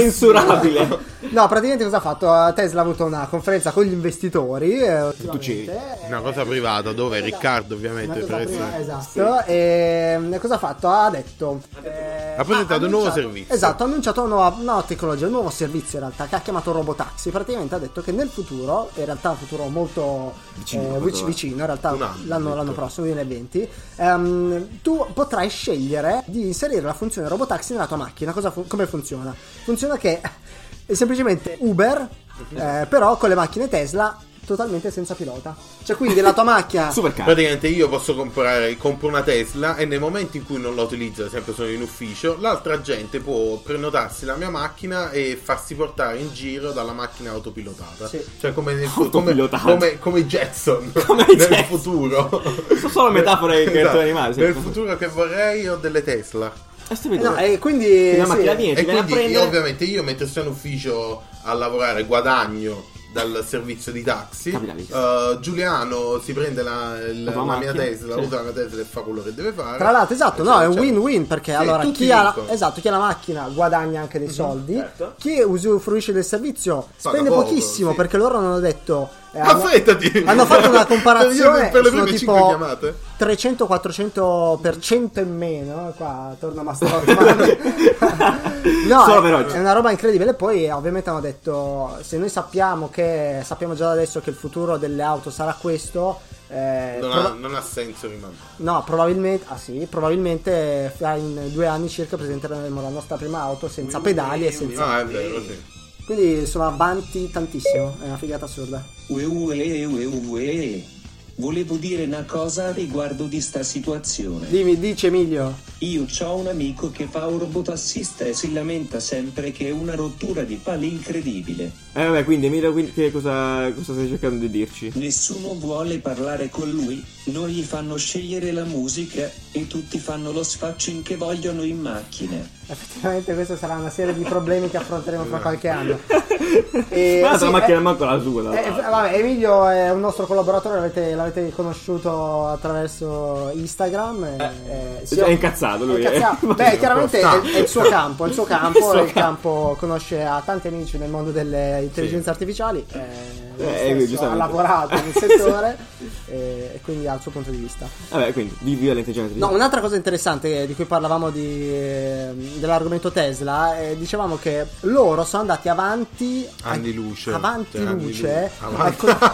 Speaker 2: incommensurabile.
Speaker 1: No, praticamente cosa ha fatto? Eh, Tesla ha avuto una conferenza con gli investitori. eh,
Speaker 2: c'eri.
Speaker 1: ultimamente,
Speaker 3: Una cosa privata dove Riccardo,
Speaker 1: eh, una
Speaker 3: ovviamente,
Speaker 1: cosa
Speaker 3: per
Speaker 1: prima-
Speaker 3: essere-
Speaker 1: esatto. E cosa ha fatto? Ha detto. eh,
Speaker 3: Ha presentato un nuovo
Speaker 1: annunciato-
Speaker 3: servizio.
Speaker 1: Esatto, ha annunciato una nuova, una nuova tecnologia, un nuovo servizio in realtà che ha chiamato Robotaxi. Praticamente ha detto che nel futuro, in realtà un futuro molto
Speaker 2: Vicino,
Speaker 1: eh,
Speaker 2: molto
Speaker 1: vic-
Speaker 2: avanti.
Speaker 1: vicino, in realtà
Speaker 3: Un anno,
Speaker 1: l'anno,
Speaker 3: detto.
Speaker 1: l'anno prossimo, 2020, ehm, tu potrai scegliere di inserire la funzione Robotaxi nella tua macchina. Cosa fu- come funziona? Funziona che è semplicemente Uber, eh, però con le macchine Tesla totalmente senza pilota. Cioè quindi la tua macchina...
Speaker 2: Super caro.
Speaker 3: Praticamente io posso comprare, compro una Tesla e nei momenti in cui non la utilizzo, ad esempio sono in ufficio, l'altra gente può prenotarsi la mia macchina e farsi portare in giro dalla macchina autopilotata.
Speaker 1: Sì.
Speaker 3: Cioè come, nel, come,
Speaker 2: Autopilotata.
Speaker 3: come, come Jetson
Speaker 2: Come
Speaker 3: nel
Speaker 2: Jetson.
Speaker 3: futuro. Esatto.
Speaker 2: Sono solo metafore di cartoni animali, sì.
Speaker 3: Nel futuro che vorrei ho delle Tesla.
Speaker 2: Eh,
Speaker 1: Eh
Speaker 2: stupito.
Speaker 1: No, e quindi...
Speaker 2: Una
Speaker 1: sì.
Speaker 2: macchina viene,
Speaker 3: E
Speaker 2: ti viene a
Speaker 3: quindi io,
Speaker 2: prendere.
Speaker 3: ovviamente io mentre sto in ufficio a lavorare guadagno dal servizio di taxi.
Speaker 2: Capitalismo.
Speaker 3: Eh, Giuliano si prende la,
Speaker 2: La
Speaker 3: la-
Speaker 2: tua
Speaker 3: la mia
Speaker 2: macchina,
Speaker 3: Tesla,
Speaker 2: sì.
Speaker 3: usa la mia Tesla e fa quello che deve fare.
Speaker 1: Tra l'altro, esatto, no,
Speaker 3: Eccetera,
Speaker 1: è un
Speaker 3: eccetera.
Speaker 1: win-win perché
Speaker 3: certo. Sì,
Speaker 1: allora
Speaker 3: tutti
Speaker 1: chi ha, la,
Speaker 3: vincono. Mhm,
Speaker 1: esatto, chi ha la macchina guadagna anche dei soldi,
Speaker 2: certo.
Speaker 1: chi usufruisce del servizio spende
Speaker 3: poco,
Speaker 1: pochissimo
Speaker 3: sì.
Speaker 1: perché loro hanno detto... eh, hanno-
Speaker 3: Affrettati!
Speaker 1: hanno fatto una
Speaker 3: Io
Speaker 1: comparazione
Speaker 3: per le
Speaker 1: sono
Speaker 3: prime cinque
Speaker 1: tipo
Speaker 3: chiamate.
Speaker 1: 300-400% in meno eh, qua torno a Mastrotto ma- no
Speaker 2: Solo
Speaker 1: è,
Speaker 2: per oggi.
Speaker 1: è una roba incredibile poi eh, ovviamente hanno detto se noi sappiamo che sappiamo già da adesso che il futuro delle auto sarà questo eh,
Speaker 3: Non,
Speaker 1: pro-
Speaker 3: ha, non ha senso rimandare.
Speaker 1: No, probabilmente, ah sì, probabilmente fra in due anni circa presenteremo la nostra prima auto senza pedali e senza...
Speaker 3: No, è vero, sì.
Speaker 1: Quindi sono avanti tantissimo, è una figata assurda.
Speaker 7: Ue, ue, ue, ue. Volevo dire una cosa a riguardo di sta situazione.
Speaker 1: Dimmi, dice Emilio.
Speaker 7: Io ho un amico che fa un robotassista e si lamenta sempre che è una rottura di pali incredibile.
Speaker 2: Eh vabbè, quindi Emilio, quindi, che cosa, cosa stai cercando di dirci?
Speaker 7: Nessuno vuole parlare con lui, non gli fanno scegliere la musica e tutti fanno lo sfaccin che vogliono in macchina.
Speaker 1: Effettivamente questa sarà una serie di problemi che affronteremo fra qualche anno. E,
Speaker 2: Ma la
Speaker 1: sì,
Speaker 2: tua macchina
Speaker 1: eh,
Speaker 2: manco la sua. tra
Speaker 1: eh, eh,
Speaker 2: l'altro.
Speaker 1: vabbè, Emilio è un nostro collaboratore, l'avete, l'avete conosciuto attraverso Instagram. e- eh, sì,
Speaker 2: è
Speaker 1: ho-
Speaker 2: incazzato lui,
Speaker 1: è incazzato.
Speaker 2: eh.
Speaker 1: Beh, chiaramente è, è il suo campo, è il suo campo,
Speaker 2: Il suo
Speaker 1: e il campo conosce a tanti amici nel mondo delle intelligenze artificiali. eh, nel
Speaker 2: Eh,
Speaker 1: senso, ha
Speaker 2: giustamente.
Speaker 1: lavorato nel settore eh, e quindi ha il suo punto di vista.
Speaker 2: Vabbè, quindi vivi l'intelligenza
Speaker 1: No,
Speaker 2: artificiale.
Speaker 1: un'altra cosa interessante eh, di cui parlavamo di, eh, dell'argomento Tesla, eh, dicevamo che loro sono andati avanti
Speaker 3: Anni luce.
Speaker 1: avanti
Speaker 3: Cioè, anni
Speaker 1: luce,
Speaker 3: lu- avanti-
Speaker 1: al co-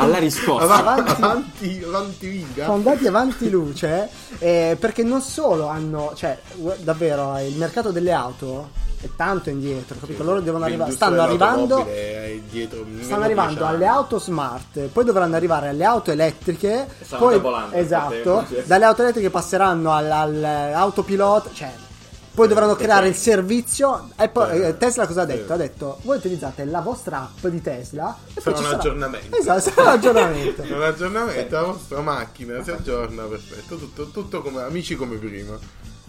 Speaker 2: Alla riscossa.
Speaker 3: Avanti,
Speaker 1: Avanti-
Speaker 3: avanti, avanti, riga.
Speaker 1: sono andati avanti luce eh, perché non solo hanno, cioè gu- davvero eh, il mercato delle auto è tanto indietro, capito? Loro devono arrivare,
Speaker 3: L'industria
Speaker 1: stanno arrivando
Speaker 3: dell'automobile è dietro meno
Speaker 1: Stanno arrivando
Speaker 3: dieci anni.
Speaker 1: alle auto smart, poi dovranno arrivare alle auto elettriche.
Speaker 2: Stanno
Speaker 1: poi,
Speaker 2: già volando,
Speaker 1: esatto,
Speaker 2: infatti, sì.
Speaker 1: dalle auto elettriche passeranno all'autopilota. Cioè, poi dovranno creare il servizio. E poi eh, Tesla cosa ha detto? Ha detto: voi utilizzate la vostra app di Tesla. E
Speaker 3: Sarà
Speaker 1: poi ci
Speaker 3: un
Speaker 1: sarà-
Speaker 3: aggiornamento.
Speaker 1: Esatto, sarà un aggiornamento.
Speaker 3: Un aggiornamento, la vostra macchina si aggiorna, perfetto, tutto, tutto come amici come prima.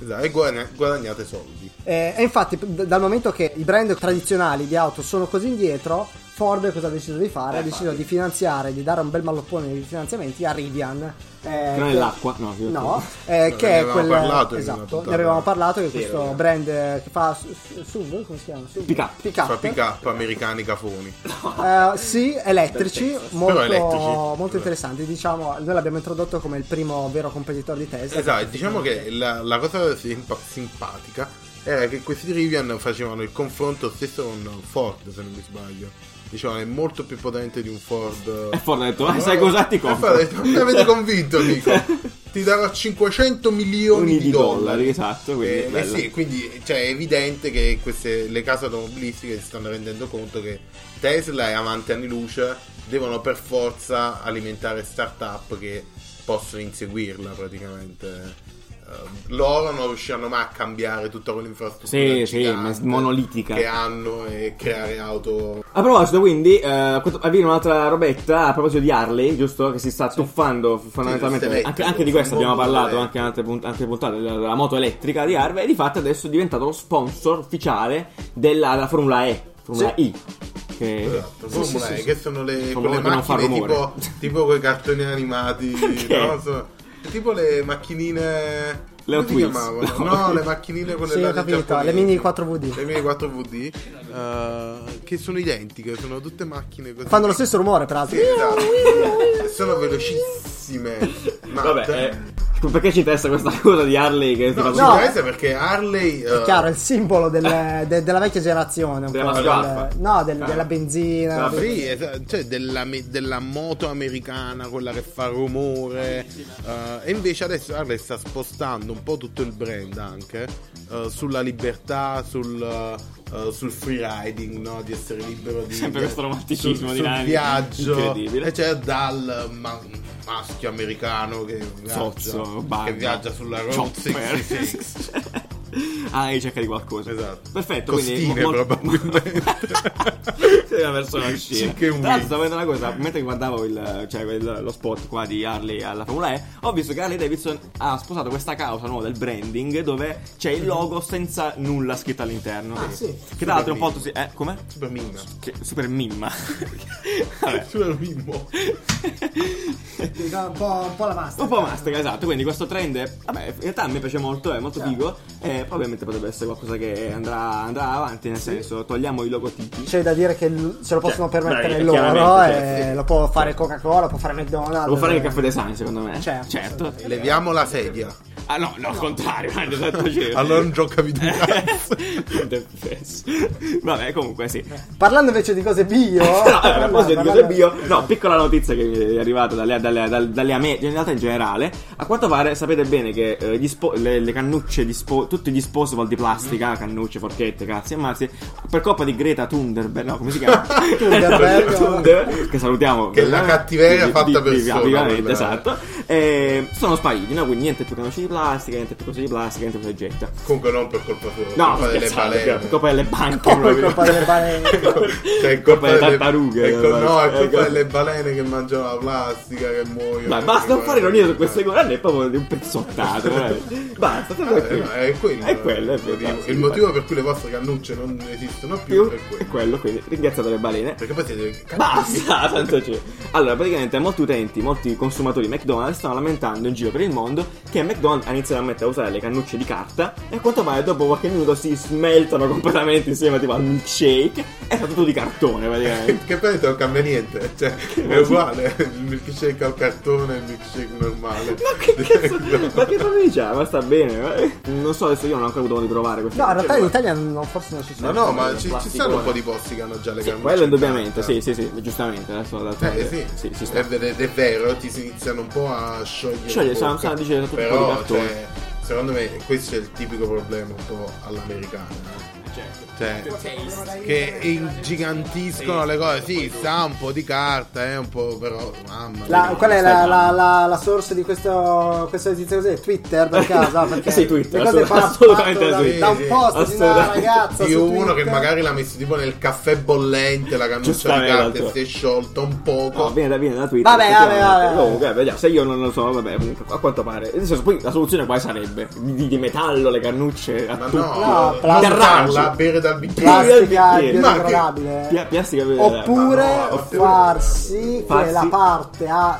Speaker 3: Esatto, e guadagna- guadagnate soldi.
Speaker 1: Eh, e infatti, d- dal momento che i brand tradizionali di auto sono così indietro, Ford cosa ha deciso di fare? ha deciso di finanziare, di dare un bel malloppone di finanziamenti a Rivian. eh,
Speaker 2: Che non è
Speaker 1: che-
Speaker 2: l'acqua, no, che-
Speaker 1: No, eh,
Speaker 3: No,
Speaker 1: che
Speaker 3: ne
Speaker 1: è
Speaker 3: avevamo
Speaker 1: quel
Speaker 3: parlato in una
Speaker 1: esatto,
Speaker 3: puntata.
Speaker 1: ne avevamo parlato che questo brand eh, che fa su- su- SUV, come si chiama? SUV?
Speaker 2: Pick up.
Speaker 3: Fa pick up americani cafoni.
Speaker 1: Eh, sì, elettrici, molto,
Speaker 3: Però elettrici.
Speaker 1: molto interessanti. Diciamo, noi l'abbiamo introdotto come il primo vero competitore di Tesla.
Speaker 3: Esatto, diciamo che la, la cosa simpa- simpatica era che questi Rivian facevano il confronto stesso con Ford, se non mi sbaglio. Dicevano è molto più potente di un Ford.
Speaker 2: E Ford ha detto, "Ah, sai cosa? Ti
Speaker 3: E Ford
Speaker 2: compro."
Speaker 3: ha detto, mi avete convinto, amico. Ti darò 500 milioni
Speaker 2: Milioni
Speaker 3: di,
Speaker 2: di
Speaker 3: dollari.
Speaker 2: dollari, esatto, quindi
Speaker 3: Eh, eh
Speaker 2: bello.
Speaker 3: sì, quindi cioè, è evidente che queste, le case automobilistiche si stanno rendendo conto che Tesla è avanti anni luce, devono per forza alimentare start-up che possono inseguirla praticamente. Eh, loro non riusciranno mai a cambiare tutta quell'infrastruttura
Speaker 2: Sì, sì,
Speaker 3: gigante
Speaker 2: ma monolitica.
Speaker 3: che hanno e creare auto
Speaker 2: A proposito, quindi, eh, questo- avviene un'altra robetta a proposito di Harley, giusto? Che si sta tuffando fondamentalmente.
Speaker 3: Sì, queste
Speaker 2: anche,
Speaker 3: elettriche,
Speaker 2: anche di questo
Speaker 3: il
Speaker 2: abbiamo
Speaker 3: mondo
Speaker 2: parlato,
Speaker 3: elettrico.
Speaker 2: anche in altre, punt- altre puntate, della, della moto elettrica di Harley. E di fatto adesso è diventato lo sponsor ufficiale della, della Formula E. Formula I. Che,
Speaker 3: Esatto,
Speaker 2: sì,
Speaker 3: Formula
Speaker 2: sì,
Speaker 3: E,
Speaker 2: sì,
Speaker 3: che
Speaker 2: sì.
Speaker 3: sono le
Speaker 2: Formula
Speaker 3: quelle
Speaker 2: che non fa
Speaker 3: macchine tipo,
Speaker 2: rumore.
Speaker 3: tipo quei cartoni animati,
Speaker 2: Che?
Speaker 3: no? Sono- tipo le macchinine...
Speaker 2: Le
Speaker 3: come
Speaker 2: Hot
Speaker 3: si
Speaker 2: Wheels.
Speaker 3: chiamavano?
Speaker 2: No.
Speaker 3: No, le macchinine quelle
Speaker 1: Sì, ho
Speaker 3: là dei
Speaker 1: capito,
Speaker 3: giapponesi.
Speaker 1: le mini 4WD.
Speaker 3: Le mini 4WD, eh, che sono identiche, sono tutte macchine così.
Speaker 1: Fanno lo stesso rumore, peraltro.
Speaker 3: Sì, esatto. sono velocissime. Ma
Speaker 2: Vabbè, eh, perché ci interessa questa cosa di Harley che si
Speaker 3: No,
Speaker 2: fa
Speaker 3: ci
Speaker 1: No.
Speaker 3: interessa perché Harley... eh,
Speaker 1: È chiaro, è il simbolo del- de- della vecchia generazione. Un
Speaker 2: eh. Della Eh.
Speaker 1: po'
Speaker 2: Maschio Alfa.
Speaker 1: no, del- della benzina.
Speaker 2: Ah,
Speaker 1: del-
Speaker 3: Sì, esa- cioè della, me- della moto americana, quella che fa rumore. eh, e invece adesso Harley sta spostando un po' tutto il brand anche eh, sulla libertà, sul, eh, sul freeriding, no? di essere libero di.
Speaker 2: Sempre questo romanticismo
Speaker 3: sul,
Speaker 2: di
Speaker 3: sul
Speaker 2: Nani.
Speaker 3: viaggio,
Speaker 2: Incredibile.
Speaker 3: e cioè dal ma- maschio americano che viaggia,
Speaker 2: Sozzo, Barba,
Speaker 3: che viaggia sulla Road
Speaker 2: Chopper.
Speaker 3: 66.
Speaker 2: Ah, in cerca di qualcosa.
Speaker 3: Esatto.
Speaker 2: Perfetto,
Speaker 3: Costine
Speaker 2: quindi mo- mo-
Speaker 3: probabilmente.
Speaker 2: Sei una persona uscita.
Speaker 3: Chicken
Speaker 2: Tra l'altro
Speaker 3: wings.
Speaker 2: stavo vedendo una cosa, mentre guardavo il, cioè, quel- lo spot qua di Harley alla Formula E, ho visto che Harley Davidson ha sposato questa causa nuova del branding dove c'è il logo senza nulla scritto all'interno.
Speaker 1: Ah, sì.
Speaker 2: Che tra l'altro è un po' così... Eh, come?
Speaker 3: Super mimma.
Speaker 2: Che- super mimma. Vabbè.
Speaker 3: Super mimmo.
Speaker 1: Sì, no, un, po', un po' la masta.
Speaker 2: Un po' mastica, esatto, quindi questo trend, è- vabbè, in realtà a me piace molto, è molto figo e probabilmente potrebbe essere qualcosa che andrà, andrà avanti, nel senso, togliamo i logotipi.
Speaker 1: C'è da dire che l- se lo possono
Speaker 2: Cioè,
Speaker 1: permettere
Speaker 2: dai,
Speaker 1: loro,
Speaker 2: chiaramente,
Speaker 1: eh,
Speaker 2: cioè, sì.
Speaker 1: lo può fare Coca-Cola, lo può fare McDonald's.
Speaker 2: Devo fare il
Speaker 1: eh.
Speaker 2: caffè design, secondo me.
Speaker 1: Certo.
Speaker 2: certo.
Speaker 3: Leviamo la sedia.
Speaker 2: Ah no, no, al contrario, hanno fatto giro.
Speaker 3: Allora non giocavi tu.
Speaker 2: Depresso. Vabbè, comunque sì.
Speaker 1: Parlando invece di cose bio.
Speaker 2: No, allora, a proposito di cose
Speaker 1: parlando-
Speaker 2: bio, no, piccola notizia che è arrivata dalle, dalle, dalle, dalle ame- in realtà in generale. A quanto pare sapete bene che eh, gli spo- le, le cannucce, di spo- tutti gli disposable di plastica, cannucce, forchette, cazzi e mazzi, per colpa di Greta Thunderberg, no, come si chiama?
Speaker 1: Thunderberg.
Speaker 2: Thunderberg, che salutiamo. eh?
Speaker 3: Che è la cattiveria fatta per
Speaker 2: persona.
Speaker 3: solo, quella-
Speaker 2: esatto. Eh, sono spariti, no? quindi niente più cannucce di plastica, niente più cose di plastica, niente più getta.
Speaker 3: Comunque non per colpa tua, per
Speaker 2: No,
Speaker 3: colpa delle
Speaker 2: scherzate, per colpa
Speaker 3: balene.
Speaker 2: delle banche.
Speaker 1: Poi
Speaker 2: proprio.
Speaker 1: colpa delle balene.
Speaker 3: Cioè, è
Speaker 2: colpa delle
Speaker 3: delle-
Speaker 2: tartarughe,
Speaker 3: è col-
Speaker 2: eh,
Speaker 3: no, è
Speaker 2: eh,
Speaker 3: colpa
Speaker 2: col-
Speaker 3: delle balene che mangiano la plastica, che muoiono.
Speaker 2: Dai,
Speaker 3: che
Speaker 2: basta non fare ironia su
Speaker 3: rimangono-
Speaker 2: queste cose, è proprio di un pezzottato. veramente. basta,
Speaker 3: Eh,
Speaker 2: tanto
Speaker 3: no,
Speaker 2: è quello.
Speaker 3: è quello.
Speaker 2: È quello, è
Speaker 3: il
Speaker 2: quello,
Speaker 3: motivo.
Speaker 2: sì,
Speaker 3: Il motivo per cui le vostre cannucce non esistono più è
Speaker 2: è
Speaker 3: quello.
Speaker 2: quello, quindi ringraziate le balene.
Speaker 3: Perché poi siete.
Speaker 2: Basta, eh. tanto c'è. Allora, praticamente molti utenti, molti consumatori di McDonald's stanno lamentando in giro per il mondo che McDonald's ha iniziato a mettere a usare le cannucce di carta e a quanto pare dopo qualche minuto si smeltano completamente insieme tipo al milkshake e fa tutto di cartone praticamente.
Speaker 3: Che poi non cambia niente, cioè è uguale il milkshake al cartone e il milkshake normale.
Speaker 2: Ma che cazzo? ma che famiglia? c'ha? Ma sta bene. ma- Non so, adesso io non ho ancora avuto modo di provare queste
Speaker 1: No, in
Speaker 2: cose,
Speaker 1: realtà in
Speaker 2: ma-
Speaker 1: Italia non, forse non ci sono.
Speaker 3: No, no, ma ci, ci
Speaker 2: Plasticone.
Speaker 3: sono un po' di posti che hanno già le
Speaker 2: Sì,
Speaker 3: cannucce.
Speaker 2: quello indubbiamente,
Speaker 3: Eh.
Speaker 2: sì, sì, sì, giustamente. Adesso
Speaker 3: Eh
Speaker 2: d'altronde-
Speaker 3: sì, Eh,
Speaker 2: sì, si
Speaker 3: è,
Speaker 2: sta.
Speaker 3: ver- ed è vero, ti si iniziano un po' a sciogliere.
Speaker 2: Sciogliere,
Speaker 3: la
Speaker 2: sta-
Speaker 3: bocca.
Speaker 2: sta dicendo tutto un po' di
Speaker 3: Però,
Speaker 2: cartone.
Speaker 3: cioè, secondo me questo è il tipico problema un po' all'americana. Cioè, che ingigantiscono le cose, sì, sta un po' di carta, eh, un po', però, mamma
Speaker 1: La-
Speaker 3: mia.
Speaker 1: qual è la, la, la, la source di questo, questa notizia così? Twitter per caso? Ah, Perché
Speaker 2: Eh sì, Twitter,
Speaker 1: le cose partono
Speaker 2: assolut- assolutamente
Speaker 1: da,
Speaker 3: sì.
Speaker 1: da un
Speaker 3: Sì, sì,
Speaker 1: post di una
Speaker 2: assolutamente.
Speaker 1: ragazza
Speaker 3: Io
Speaker 1: su
Speaker 3: uno che
Speaker 1: Twitter.
Speaker 3: magari l'ha messo tipo nel caffè bollente, la cannuccia di
Speaker 2: Giustamente,
Speaker 3: carta e
Speaker 2: altro.
Speaker 3: si è sciolta un
Speaker 2: No,
Speaker 3: poco.
Speaker 2: viene da, viene da Twitter.
Speaker 1: Vabbè,
Speaker 2: effettivamente.
Speaker 1: vabbè, vabbè.
Speaker 2: Comunque, vediamo, se io non lo so, vabbè, comunque, a quanto pare. Nel senso, poi la soluzione quale sarebbe? Di, di metallo, le cannucce, a
Speaker 3: ma
Speaker 2: tutto.
Speaker 1: No,
Speaker 3: no,
Speaker 1: plastica.
Speaker 3: buttarla, bere dal bicchiere.
Speaker 1: plastica
Speaker 2: Sì,
Speaker 3: ma che-
Speaker 1: biodegradabile.
Speaker 2: Pia- plastica, eh,
Speaker 1: Oppure
Speaker 3: Ma no, ma te-
Speaker 1: far sì che
Speaker 2: Farsi-
Speaker 1: la parte a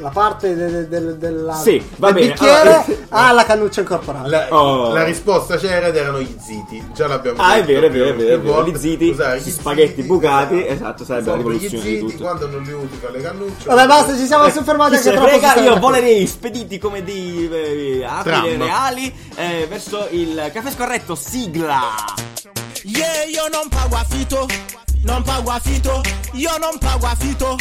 Speaker 1: la parte de- de- de- della-
Speaker 2: Sì, va
Speaker 1: del
Speaker 2: bene,
Speaker 1: bicchiere
Speaker 2: allora-
Speaker 1: ha la cannuccia incorporata.
Speaker 3: La,
Speaker 2: Oh.
Speaker 3: la risposta c'era ed erano gli ziti. Già l'abbiamo
Speaker 2: Ah, è
Speaker 3: detto
Speaker 2: vero, è
Speaker 3: più-
Speaker 2: vero, è vero, è
Speaker 3: più
Speaker 2: vero.
Speaker 3: volte.
Speaker 2: Gli ziti,
Speaker 3: Usare
Speaker 2: gli
Speaker 3: gli
Speaker 2: spaghetti
Speaker 3: ziti,
Speaker 2: bucati,
Speaker 3: esatto.
Speaker 2: esatto, sarebbe la
Speaker 3: Sempre
Speaker 2: rivoluzione
Speaker 3: Gli
Speaker 2: di
Speaker 3: ziti,
Speaker 2: tutto.
Speaker 3: quando non li usi, fa le cannucce.
Speaker 1: Vabbè, basta, ci siamo soffermati
Speaker 2: Eh, Chi
Speaker 1: anche
Speaker 2: se
Speaker 1: troppo.
Speaker 2: frega,
Speaker 1: su
Speaker 2: io
Speaker 1: questa-
Speaker 2: volerei spediti come dei eh, api
Speaker 3: Tram.
Speaker 2: reali eh, verso il caffè scorretto sigla.
Speaker 8: Yeah, yo non pago affitto, non pago affitto, io non pago affitto,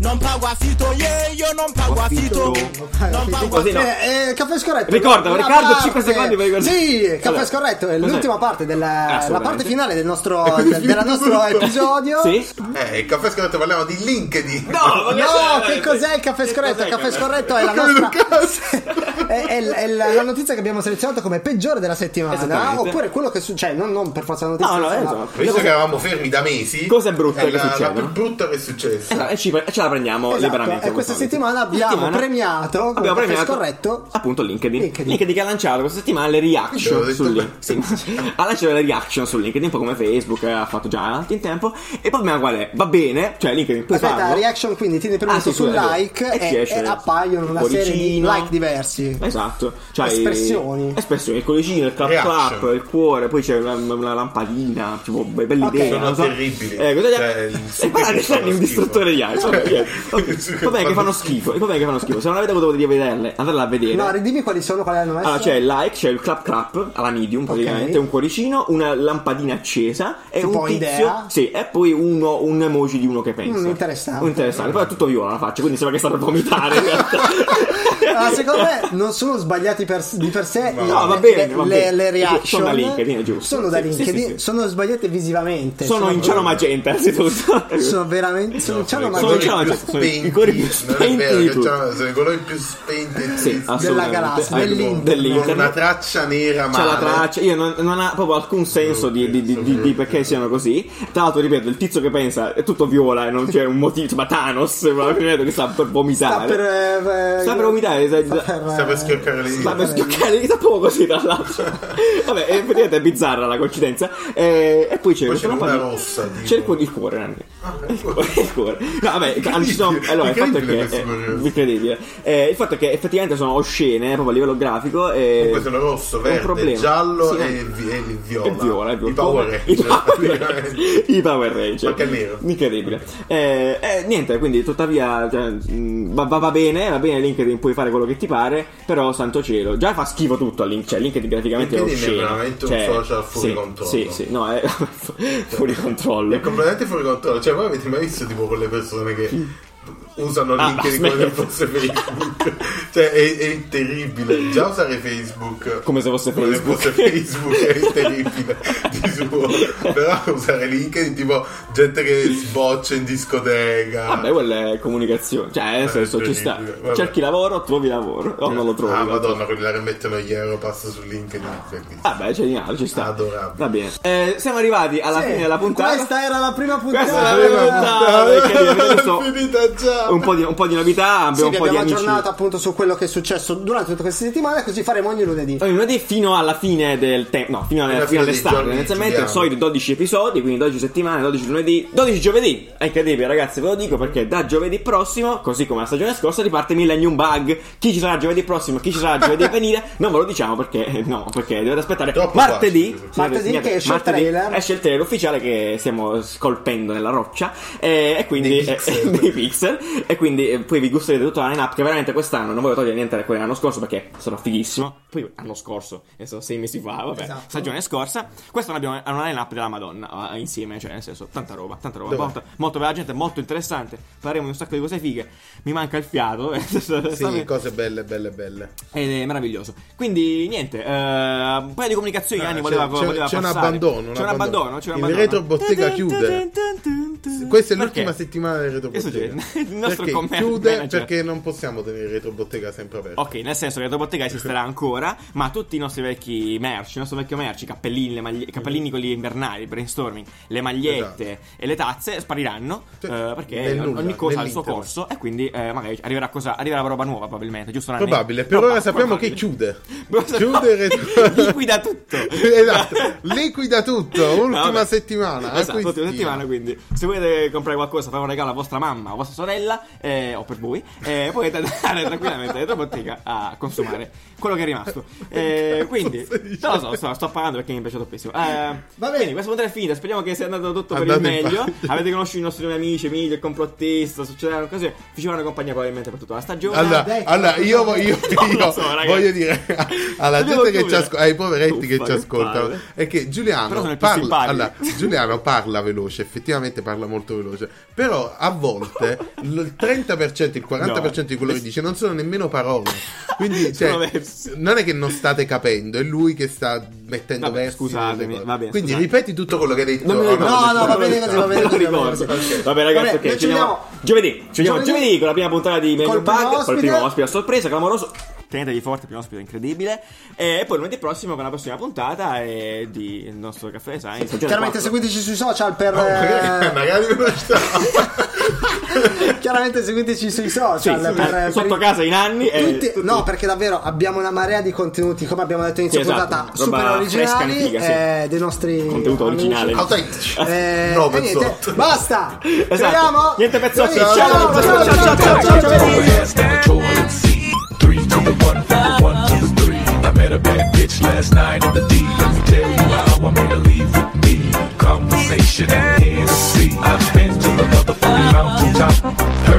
Speaker 8: non pago affitto, yeah, io non pago affitto, non pago
Speaker 2: Così no.
Speaker 1: Eh, eh, caffè scorretto.
Speaker 2: Ricordo,
Speaker 1: La
Speaker 2: Riccardo,
Speaker 1: parte-
Speaker 2: cinque secondi per ricordare.
Speaker 1: Sì, caffè
Speaker 2: Allora,
Speaker 1: scorretto è
Speaker 2: cos'è?
Speaker 1: l'ultima parte della la
Speaker 2: Assolutamente. Eh,
Speaker 1: parte finale del nostro del della nostro episodio.
Speaker 2: Sì?
Speaker 3: Eh, il caffè scritto parliamo di LinkedIn.
Speaker 2: No,
Speaker 1: No, che cos'è il caffè scorretto? Il caffè scorretto è la nostra è, è- è la la notizia che abbiamo selezionato come peggiore della settimana,
Speaker 2: Esattamente.
Speaker 1: oppure quello che succede, non, non per forza la notizia.
Speaker 2: No, no, esatto.
Speaker 1: insomma.
Speaker 2: insomma,
Speaker 3: Visto che eravamo fermi da mesi,
Speaker 2: Cosa è brutta che
Speaker 3: la, la
Speaker 2: succede,
Speaker 3: più
Speaker 2: no?
Speaker 3: brutta che è successa.
Speaker 2: Esatto, e, ci- e ce la prendiamo
Speaker 1: Esatto,
Speaker 2: liberamente.
Speaker 1: e questa
Speaker 2: giustamente.
Speaker 1: settimana abbiamo premiato con
Speaker 2: abbiamo
Speaker 1: Caffè
Speaker 2: premiato
Speaker 1: Scorretto
Speaker 2: appunto LinkedIn.
Speaker 1: LinkedIn.
Speaker 2: LinkedIn. che ha lanciato questa settimana le reaction
Speaker 3: L'avevo detto
Speaker 2: su
Speaker 3: bene.
Speaker 2: LinkedIn. ha lanciato le reaction su LinkedIn, un po' come Facebook eh, ha fatto già in tempo. E il problema qual è? Va bene, cioè LinkedIn puoi
Speaker 1: Aspetta,
Speaker 2: farlo.
Speaker 1: reaction quindi tieni premuto
Speaker 2: Ah, sì,
Speaker 1: sul
Speaker 2: scusa,
Speaker 1: like
Speaker 2: e ti
Speaker 1: e,
Speaker 2: esce
Speaker 1: e appaiono una
Speaker 2: il
Speaker 1: serie di
Speaker 2: cuoricino.
Speaker 1: like diversi.
Speaker 2: Esatto, cioè,
Speaker 1: Espressioni.
Speaker 2: espressioni, il collicino, il clap
Speaker 3: Reaction.
Speaker 2: clap, il cuore, poi c'è una, una lampadina, tipo be- bella
Speaker 1: Ok.
Speaker 2: idea.
Speaker 3: Sono
Speaker 2: non so.
Speaker 3: terribili.
Speaker 2: Eh, cosa gli-
Speaker 3: Cioè, il
Speaker 2: e
Speaker 3: succo
Speaker 2: guarda
Speaker 3: che
Speaker 2: che
Speaker 3: fanno
Speaker 2: sono un
Speaker 3: schifo.
Speaker 2: distruttore di altri.
Speaker 3: Il
Speaker 2: Ok.
Speaker 3: succo che
Speaker 2: Vabbè, che
Speaker 3: fanno
Speaker 2: fanno schifo, vabbè che fanno schifo. Se non avete avuto modo di vederle, andatela a vedere.
Speaker 1: No, ridimi quali sono, quali hanno messo.
Speaker 2: Allora c'è il like, c'è il clap clap alla medium praticamente, un cuoricino, una lampadina accesa e
Speaker 1: Tipo
Speaker 2: un tizio,
Speaker 1: idea?
Speaker 2: sì, e poi uno, un emoji di uno che pensa.
Speaker 1: Mm, interessante.
Speaker 2: Un interessante, però è tutto viola la faccia, quindi sembra che sta per vomitare in realtà.
Speaker 1: Allora, Ah, secondo me non sono sbagliati per- di per sé
Speaker 3: No,
Speaker 1: le,
Speaker 2: va bene,
Speaker 1: le,
Speaker 2: va
Speaker 1: le-
Speaker 2: bene.
Speaker 1: le reaction
Speaker 2: Sono da LinkedIn, è giusto.
Speaker 1: sono da
Speaker 2: Sì, sì,
Speaker 1: LinkedIn,
Speaker 2: sì, sì.
Speaker 1: sono sbagliate visivamente
Speaker 2: Sono in ciano magenta, innanzitutto.
Speaker 1: sono veramente sono in ciano
Speaker 2: sono in
Speaker 1: magenta.
Speaker 2: ciano-
Speaker 3: più
Speaker 2: cioè, sono i-
Speaker 3: spenti.
Speaker 2: i colori più
Speaker 3: Non è vero,
Speaker 2: spenti di
Speaker 3: che
Speaker 2: tutti.
Speaker 3: c'erano- sono i colori più spenti
Speaker 2: Sì,
Speaker 3: esistenti.
Speaker 1: della
Speaker 2: assolutamente.
Speaker 1: galassia,
Speaker 2: Ecco,
Speaker 1: dell'internet.
Speaker 3: con
Speaker 2: dell'internet.
Speaker 3: una traccia nera
Speaker 2: C'è la
Speaker 3: male.
Speaker 2: traccia, io non, non ha proprio alcun senso di, di- di- di- di perché siano così. Tra l'altro, ripeto, il tizio che pensa è tutto viola e non c'è un motivo. Insomma, Thanos, probabilmente che sta Ah, per
Speaker 1: Sta
Speaker 2: vomitare.
Speaker 1: Ah, per, eh,
Speaker 2: Sta per vomitare, sa-
Speaker 3: Sta per schioccare le
Speaker 2: Sta per
Speaker 3: dita.
Speaker 2: schioccare di proprio così, tra l'altro. Vabbè, è- effettivamente è bizzarra la coincidenza. Eh, E, poi c'è
Speaker 3: Poi
Speaker 2: questa
Speaker 3: c'è una
Speaker 2: lampadina-
Speaker 3: rossa, tipo. Ah,
Speaker 2: C'è il, cu- il cuore, Nanni. Il cuore, il cuore. No, vabbè, ah, ci sono- allora, il fatto è
Speaker 3: Incredibile
Speaker 2: che.
Speaker 3: questo
Speaker 2: eh,
Speaker 3: programma.
Speaker 2: Incredibile. Eh, il fatto è che effettivamente sono oscene, proprio a livello grafico. E...
Speaker 3: Comunque sono rosso,
Speaker 2: è un
Speaker 3: verde,
Speaker 2: problema.
Speaker 3: giallo
Speaker 2: Sì, no.
Speaker 3: e, vi- e il viola.
Speaker 2: E viola, e viola.
Speaker 3: I
Speaker 2: I
Speaker 3: Power Rangers.
Speaker 2: Power
Speaker 3: praticamente.
Speaker 2: Rangers. I Power Rangers.
Speaker 3: Anche il nero.
Speaker 2: mm, Incredibile. Eh, eh, niente, quindi tuttavia cioè, mh, va, va- va bene, va bene LinkedIn puoi fare quello che ti pare, però santo cielo, già fa schifo tutto a Link, cioè Link graficamente è
Speaker 9: LinkedIn è
Speaker 2: osceno.
Speaker 9: veramente un
Speaker 2: cioè,
Speaker 9: social fuori
Speaker 2: sì,
Speaker 9: controllo.
Speaker 2: Sì, sì, no, è fuori controllo.
Speaker 9: È completamente fuori controllo. Cioè, voi avete mai visto tipo quelle persone che usano
Speaker 2: Ah,
Speaker 9: LinkedIn
Speaker 2: aspetta.
Speaker 9: come se fosse Facebook? cioè, è, è terribile. Già usare Facebook
Speaker 2: Come se fosse
Speaker 9: come se
Speaker 2: Facebook.
Speaker 9: fosse Facebook è terribile di suo. Però usare LinkedIn tipo gente che sboccia in discoteca.
Speaker 2: Vabbè, quella è comunicazione. Cioè, nel senso, ci sta.
Speaker 9: terribile, Eh, vabbè.
Speaker 2: Cerchi lavoro, trovi lavoro. O non lo trovi.
Speaker 9: Ah, madonna, quelli là che mettono gli euro passa su LinkedIn. bellissimo.
Speaker 2: Vabbè, Ah, geniale, ci sta.
Speaker 9: Adorabile.
Speaker 2: Va bene. Eh, siamo arrivati alla fine della puntata.
Speaker 1: Questa era la prima puntata.
Speaker 2: Questa è la prima puntata. perché abbiamo visto
Speaker 9: Finita già.
Speaker 2: un po' di, un po' di novità,
Speaker 1: Sì,
Speaker 2: abbiamo
Speaker 1: vi
Speaker 2: un po' di
Speaker 1: abbiamo
Speaker 2: amici.
Speaker 1: aggiornato appunto su quello che è successo durante tutte queste settimane, così faremo ogni lunedì.
Speaker 2: Ogni lunedì fino alla fine del tempo, no, fino, alla,
Speaker 9: Alla
Speaker 2: fino
Speaker 9: fine dei
Speaker 2: all'estate,
Speaker 9: giorni
Speaker 2: tendenzialmente
Speaker 9: di
Speaker 2: i soliti 12 episodi, quindi 12 settimane, 12 lunedì, 12 giovedì. È incredibile, ragazzi, ve lo dico perché da giovedì prossimo, così come la stagione scorsa, riparte Millennium Bug. Chi ci sarà giovedì prossimo, chi ci sarà giovedì a venire, non ve lo diciamo perché eh, no, perché dovete aspettare
Speaker 9: Troppo
Speaker 2: martedì,
Speaker 9: facile.
Speaker 1: Martedì
Speaker 2: signori,
Speaker 1: che esce il trailer.
Speaker 2: Esce il trailer ufficiale che stiamo scolpendo nella roccia eh, e quindi
Speaker 9: Dei
Speaker 2: eh,
Speaker 9: pixel.
Speaker 2: dei pixel e quindi eh, poi vi gusterete tutta la lineup che veramente quest'anno non voglio togliere niente da quella dell'anno scorso perché sarà fighissimo. Poi l'anno scorso, adesso sei mesi fa, vabbè,
Speaker 1: Esatto.
Speaker 2: stagione scorsa. Quest'anno abbiamo una lineup della Madonna eh, insieme, cioè nel senso tanta roba, tanta roba, molto, molto bella gente, molto interessante. Parleremo di un sacco di cose fighe. Mi manca il fiato. eh,
Speaker 3: Sì, cose belle, belle, belle.
Speaker 2: Ed è meraviglioso. Quindi, niente, eh, un paio di comunicazioni.
Speaker 3: Ah,
Speaker 2: Anni
Speaker 3: c'è-
Speaker 2: voleva,
Speaker 3: c'è-
Speaker 2: voleva
Speaker 3: c'è un
Speaker 2: passare.
Speaker 3: abbandono, un
Speaker 2: C'è un
Speaker 3: abbandono.
Speaker 2: abbandono. C'è un
Speaker 3: Il
Speaker 2: abbandono.
Speaker 3: retro bottega chiude. Questa è
Speaker 2: Mm. Perché?
Speaker 3: l'ultima settimana del retro
Speaker 2: Che
Speaker 3: bottega.
Speaker 2: succede? Il nostro
Speaker 3: perché
Speaker 2: commercio
Speaker 3: chiude
Speaker 2: manager.
Speaker 3: perché non possiamo tenere il retro bottega sempre aperto.
Speaker 2: Ok, nel senso che la bottega esisterà ancora, ma tutti i nostri vecchi merci, il nostro vecchio merci, i cappellini, le maglie- i cappellini quelli invernali, il brainstorming, le magliette e le tazze spariranno
Speaker 3: Cioè,
Speaker 2: eh, perché
Speaker 3: Esatto. nel
Speaker 2: ogni
Speaker 3: nulla,
Speaker 2: cosa ha il suo
Speaker 3: nell'interno.
Speaker 2: corso e quindi eh, magari arriverà, cosa, arriverà roba nuova probabilmente, giusto? Nanni?
Speaker 3: Probabile, per
Speaker 2: Probab-
Speaker 3: ora sappiamo
Speaker 2: probabile.
Speaker 3: che chiude.
Speaker 2: Però-
Speaker 3: Chiude il retro.
Speaker 2: liquida tutto.
Speaker 3: esatto, liquida tutto.
Speaker 2: Ma
Speaker 3: Ultima
Speaker 2: vabbè.
Speaker 3: settimana. eh,
Speaker 2: Esatto, ultima
Speaker 3: acquistino.
Speaker 2: settimana, quindi se volete comprare qualcosa, fare un regalo a vostra mamma, a vostra sorella, eh, o per voi, eh, potete andare tranquillamente dentro bottega a consumare quello che è rimasto. Eh, quindi, non lo so, sto, sto parlando perché mi è piaciuto tantissimo. Eh, Va bene, questa puntata è finita, speriamo che sia andato tutto per
Speaker 3: Andate
Speaker 2: il
Speaker 3: in
Speaker 2: meglio.
Speaker 3: pace.
Speaker 2: Avete conosciuto i nostri nuovi amici, Emilio, il complottista, succederanno cose, vi ci faranno compagnia probabilmente per tutta la stagione.
Speaker 3: Allora,
Speaker 1: dai,
Speaker 3: allora,
Speaker 1: dai,
Speaker 3: io,
Speaker 1: dai.
Speaker 3: io-
Speaker 2: Ah, Non lo
Speaker 3: io
Speaker 2: so, ragazzi.
Speaker 3: voglio dire alla
Speaker 2: Dobbiamo
Speaker 3: gente che ci
Speaker 2: chiudere.
Speaker 3: ascolta, ai poveretti che
Speaker 2: Uffa,
Speaker 3: ci
Speaker 2: che
Speaker 3: ascoltano,
Speaker 2: palle.
Speaker 3: è che
Speaker 2: Però sono
Speaker 3: Giuliano
Speaker 2: i più
Speaker 3: parla,
Speaker 2: simpatici.
Speaker 3: allora, Giuliano parla veloce, effettivamente parla molto veloce, però a volte il 30%, il 40% di quello che dice non sono nemmeno parole. Quindi cioè,
Speaker 2: Sono versi.
Speaker 3: non è che non state capendo, è lui che sta mettendo
Speaker 2: Vabbè,
Speaker 3: versi.
Speaker 2: scusatemi,
Speaker 3: nelle cose.
Speaker 2: va bene,
Speaker 3: Quindi
Speaker 2: scusate.
Speaker 3: ripeti tutto quello che hai detto.
Speaker 2: Non mi
Speaker 3: a
Speaker 2: ricordo.
Speaker 3: voce
Speaker 1: No, no, va bene
Speaker 3: alta.
Speaker 1: così, va bene
Speaker 2: Non
Speaker 1: così.
Speaker 2: ricordo.
Speaker 1: va bene così.
Speaker 2: Vabbè, ragazzi,
Speaker 1: Vabbè,
Speaker 2: ok.
Speaker 1: noi
Speaker 2: Ci vediamo
Speaker 1: vediamo-
Speaker 2: giovedì. Ci vediamo
Speaker 1: Giovedì.
Speaker 2: giovedì con la prima puntata di Menu
Speaker 1: Col primo
Speaker 2: Bug. Col
Speaker 1: ospite.
Speaker 2: primo ospite a sorpresa, clamoroso. Tenetevi forte, primo ospite incredibile. E poi lunedì prossimo con la prossima puntata eh, di il nostro caffè design. stagione
Speaker 1: Chiaramente
Speaker 2: 4.
Speaker 1: seguiteci sui social per...
Speaker 9: Magari,
Speaker 1: eh,
Speaker 9: magari lo sta.
Speaker 1: chiaramente seguiteci sui
Speaker 2: Sì,
Speaker 1: social per...
Speaker 2: eh,
Speaker 1: per-
Speaker 2: sotto casa in anni. eh,
Speaker 1: Tutti-
Speaker 2: tutti-
Speaker 1: no, perché davvero abbiamo una marea di contenuti, come abbiamo detto inizio
Speaker 2: Sì, esatto,
Speaker 1: puntata,
Speaker 2: roba
Speaker 1: super originali
Speaker 2: fresca, antica, sì.
Speaker 1: eh, dei nostri
Speaker 2: Contenuto
Speaker 1: amici.
Speaker 2: originale.
Speaker 9: Autentici.
Speaker 1: Eh,
Speaker 9: No,
Speaker 1: e niente,
Speaker 9: pezzotto.
Speaker 1: basta. Ci
Speaker 2: Esatto.
Speaker 1: vediamo.
Speaker 2: Niente pezzotti.
Speaker 1: Ciao,
Speaker 2: Ciao,
Speaker 1: ciao, ciao, ciao, ciao, ciao, ciao.
Speaker 4: Throw her ass down the toilet and see. Three to the one, from the one to the three. I met a bad bitch last night at the D. Let me tell you how I made her leave with me. Conversation and Hennessy. I've been to the motherfucking mountaintop. Her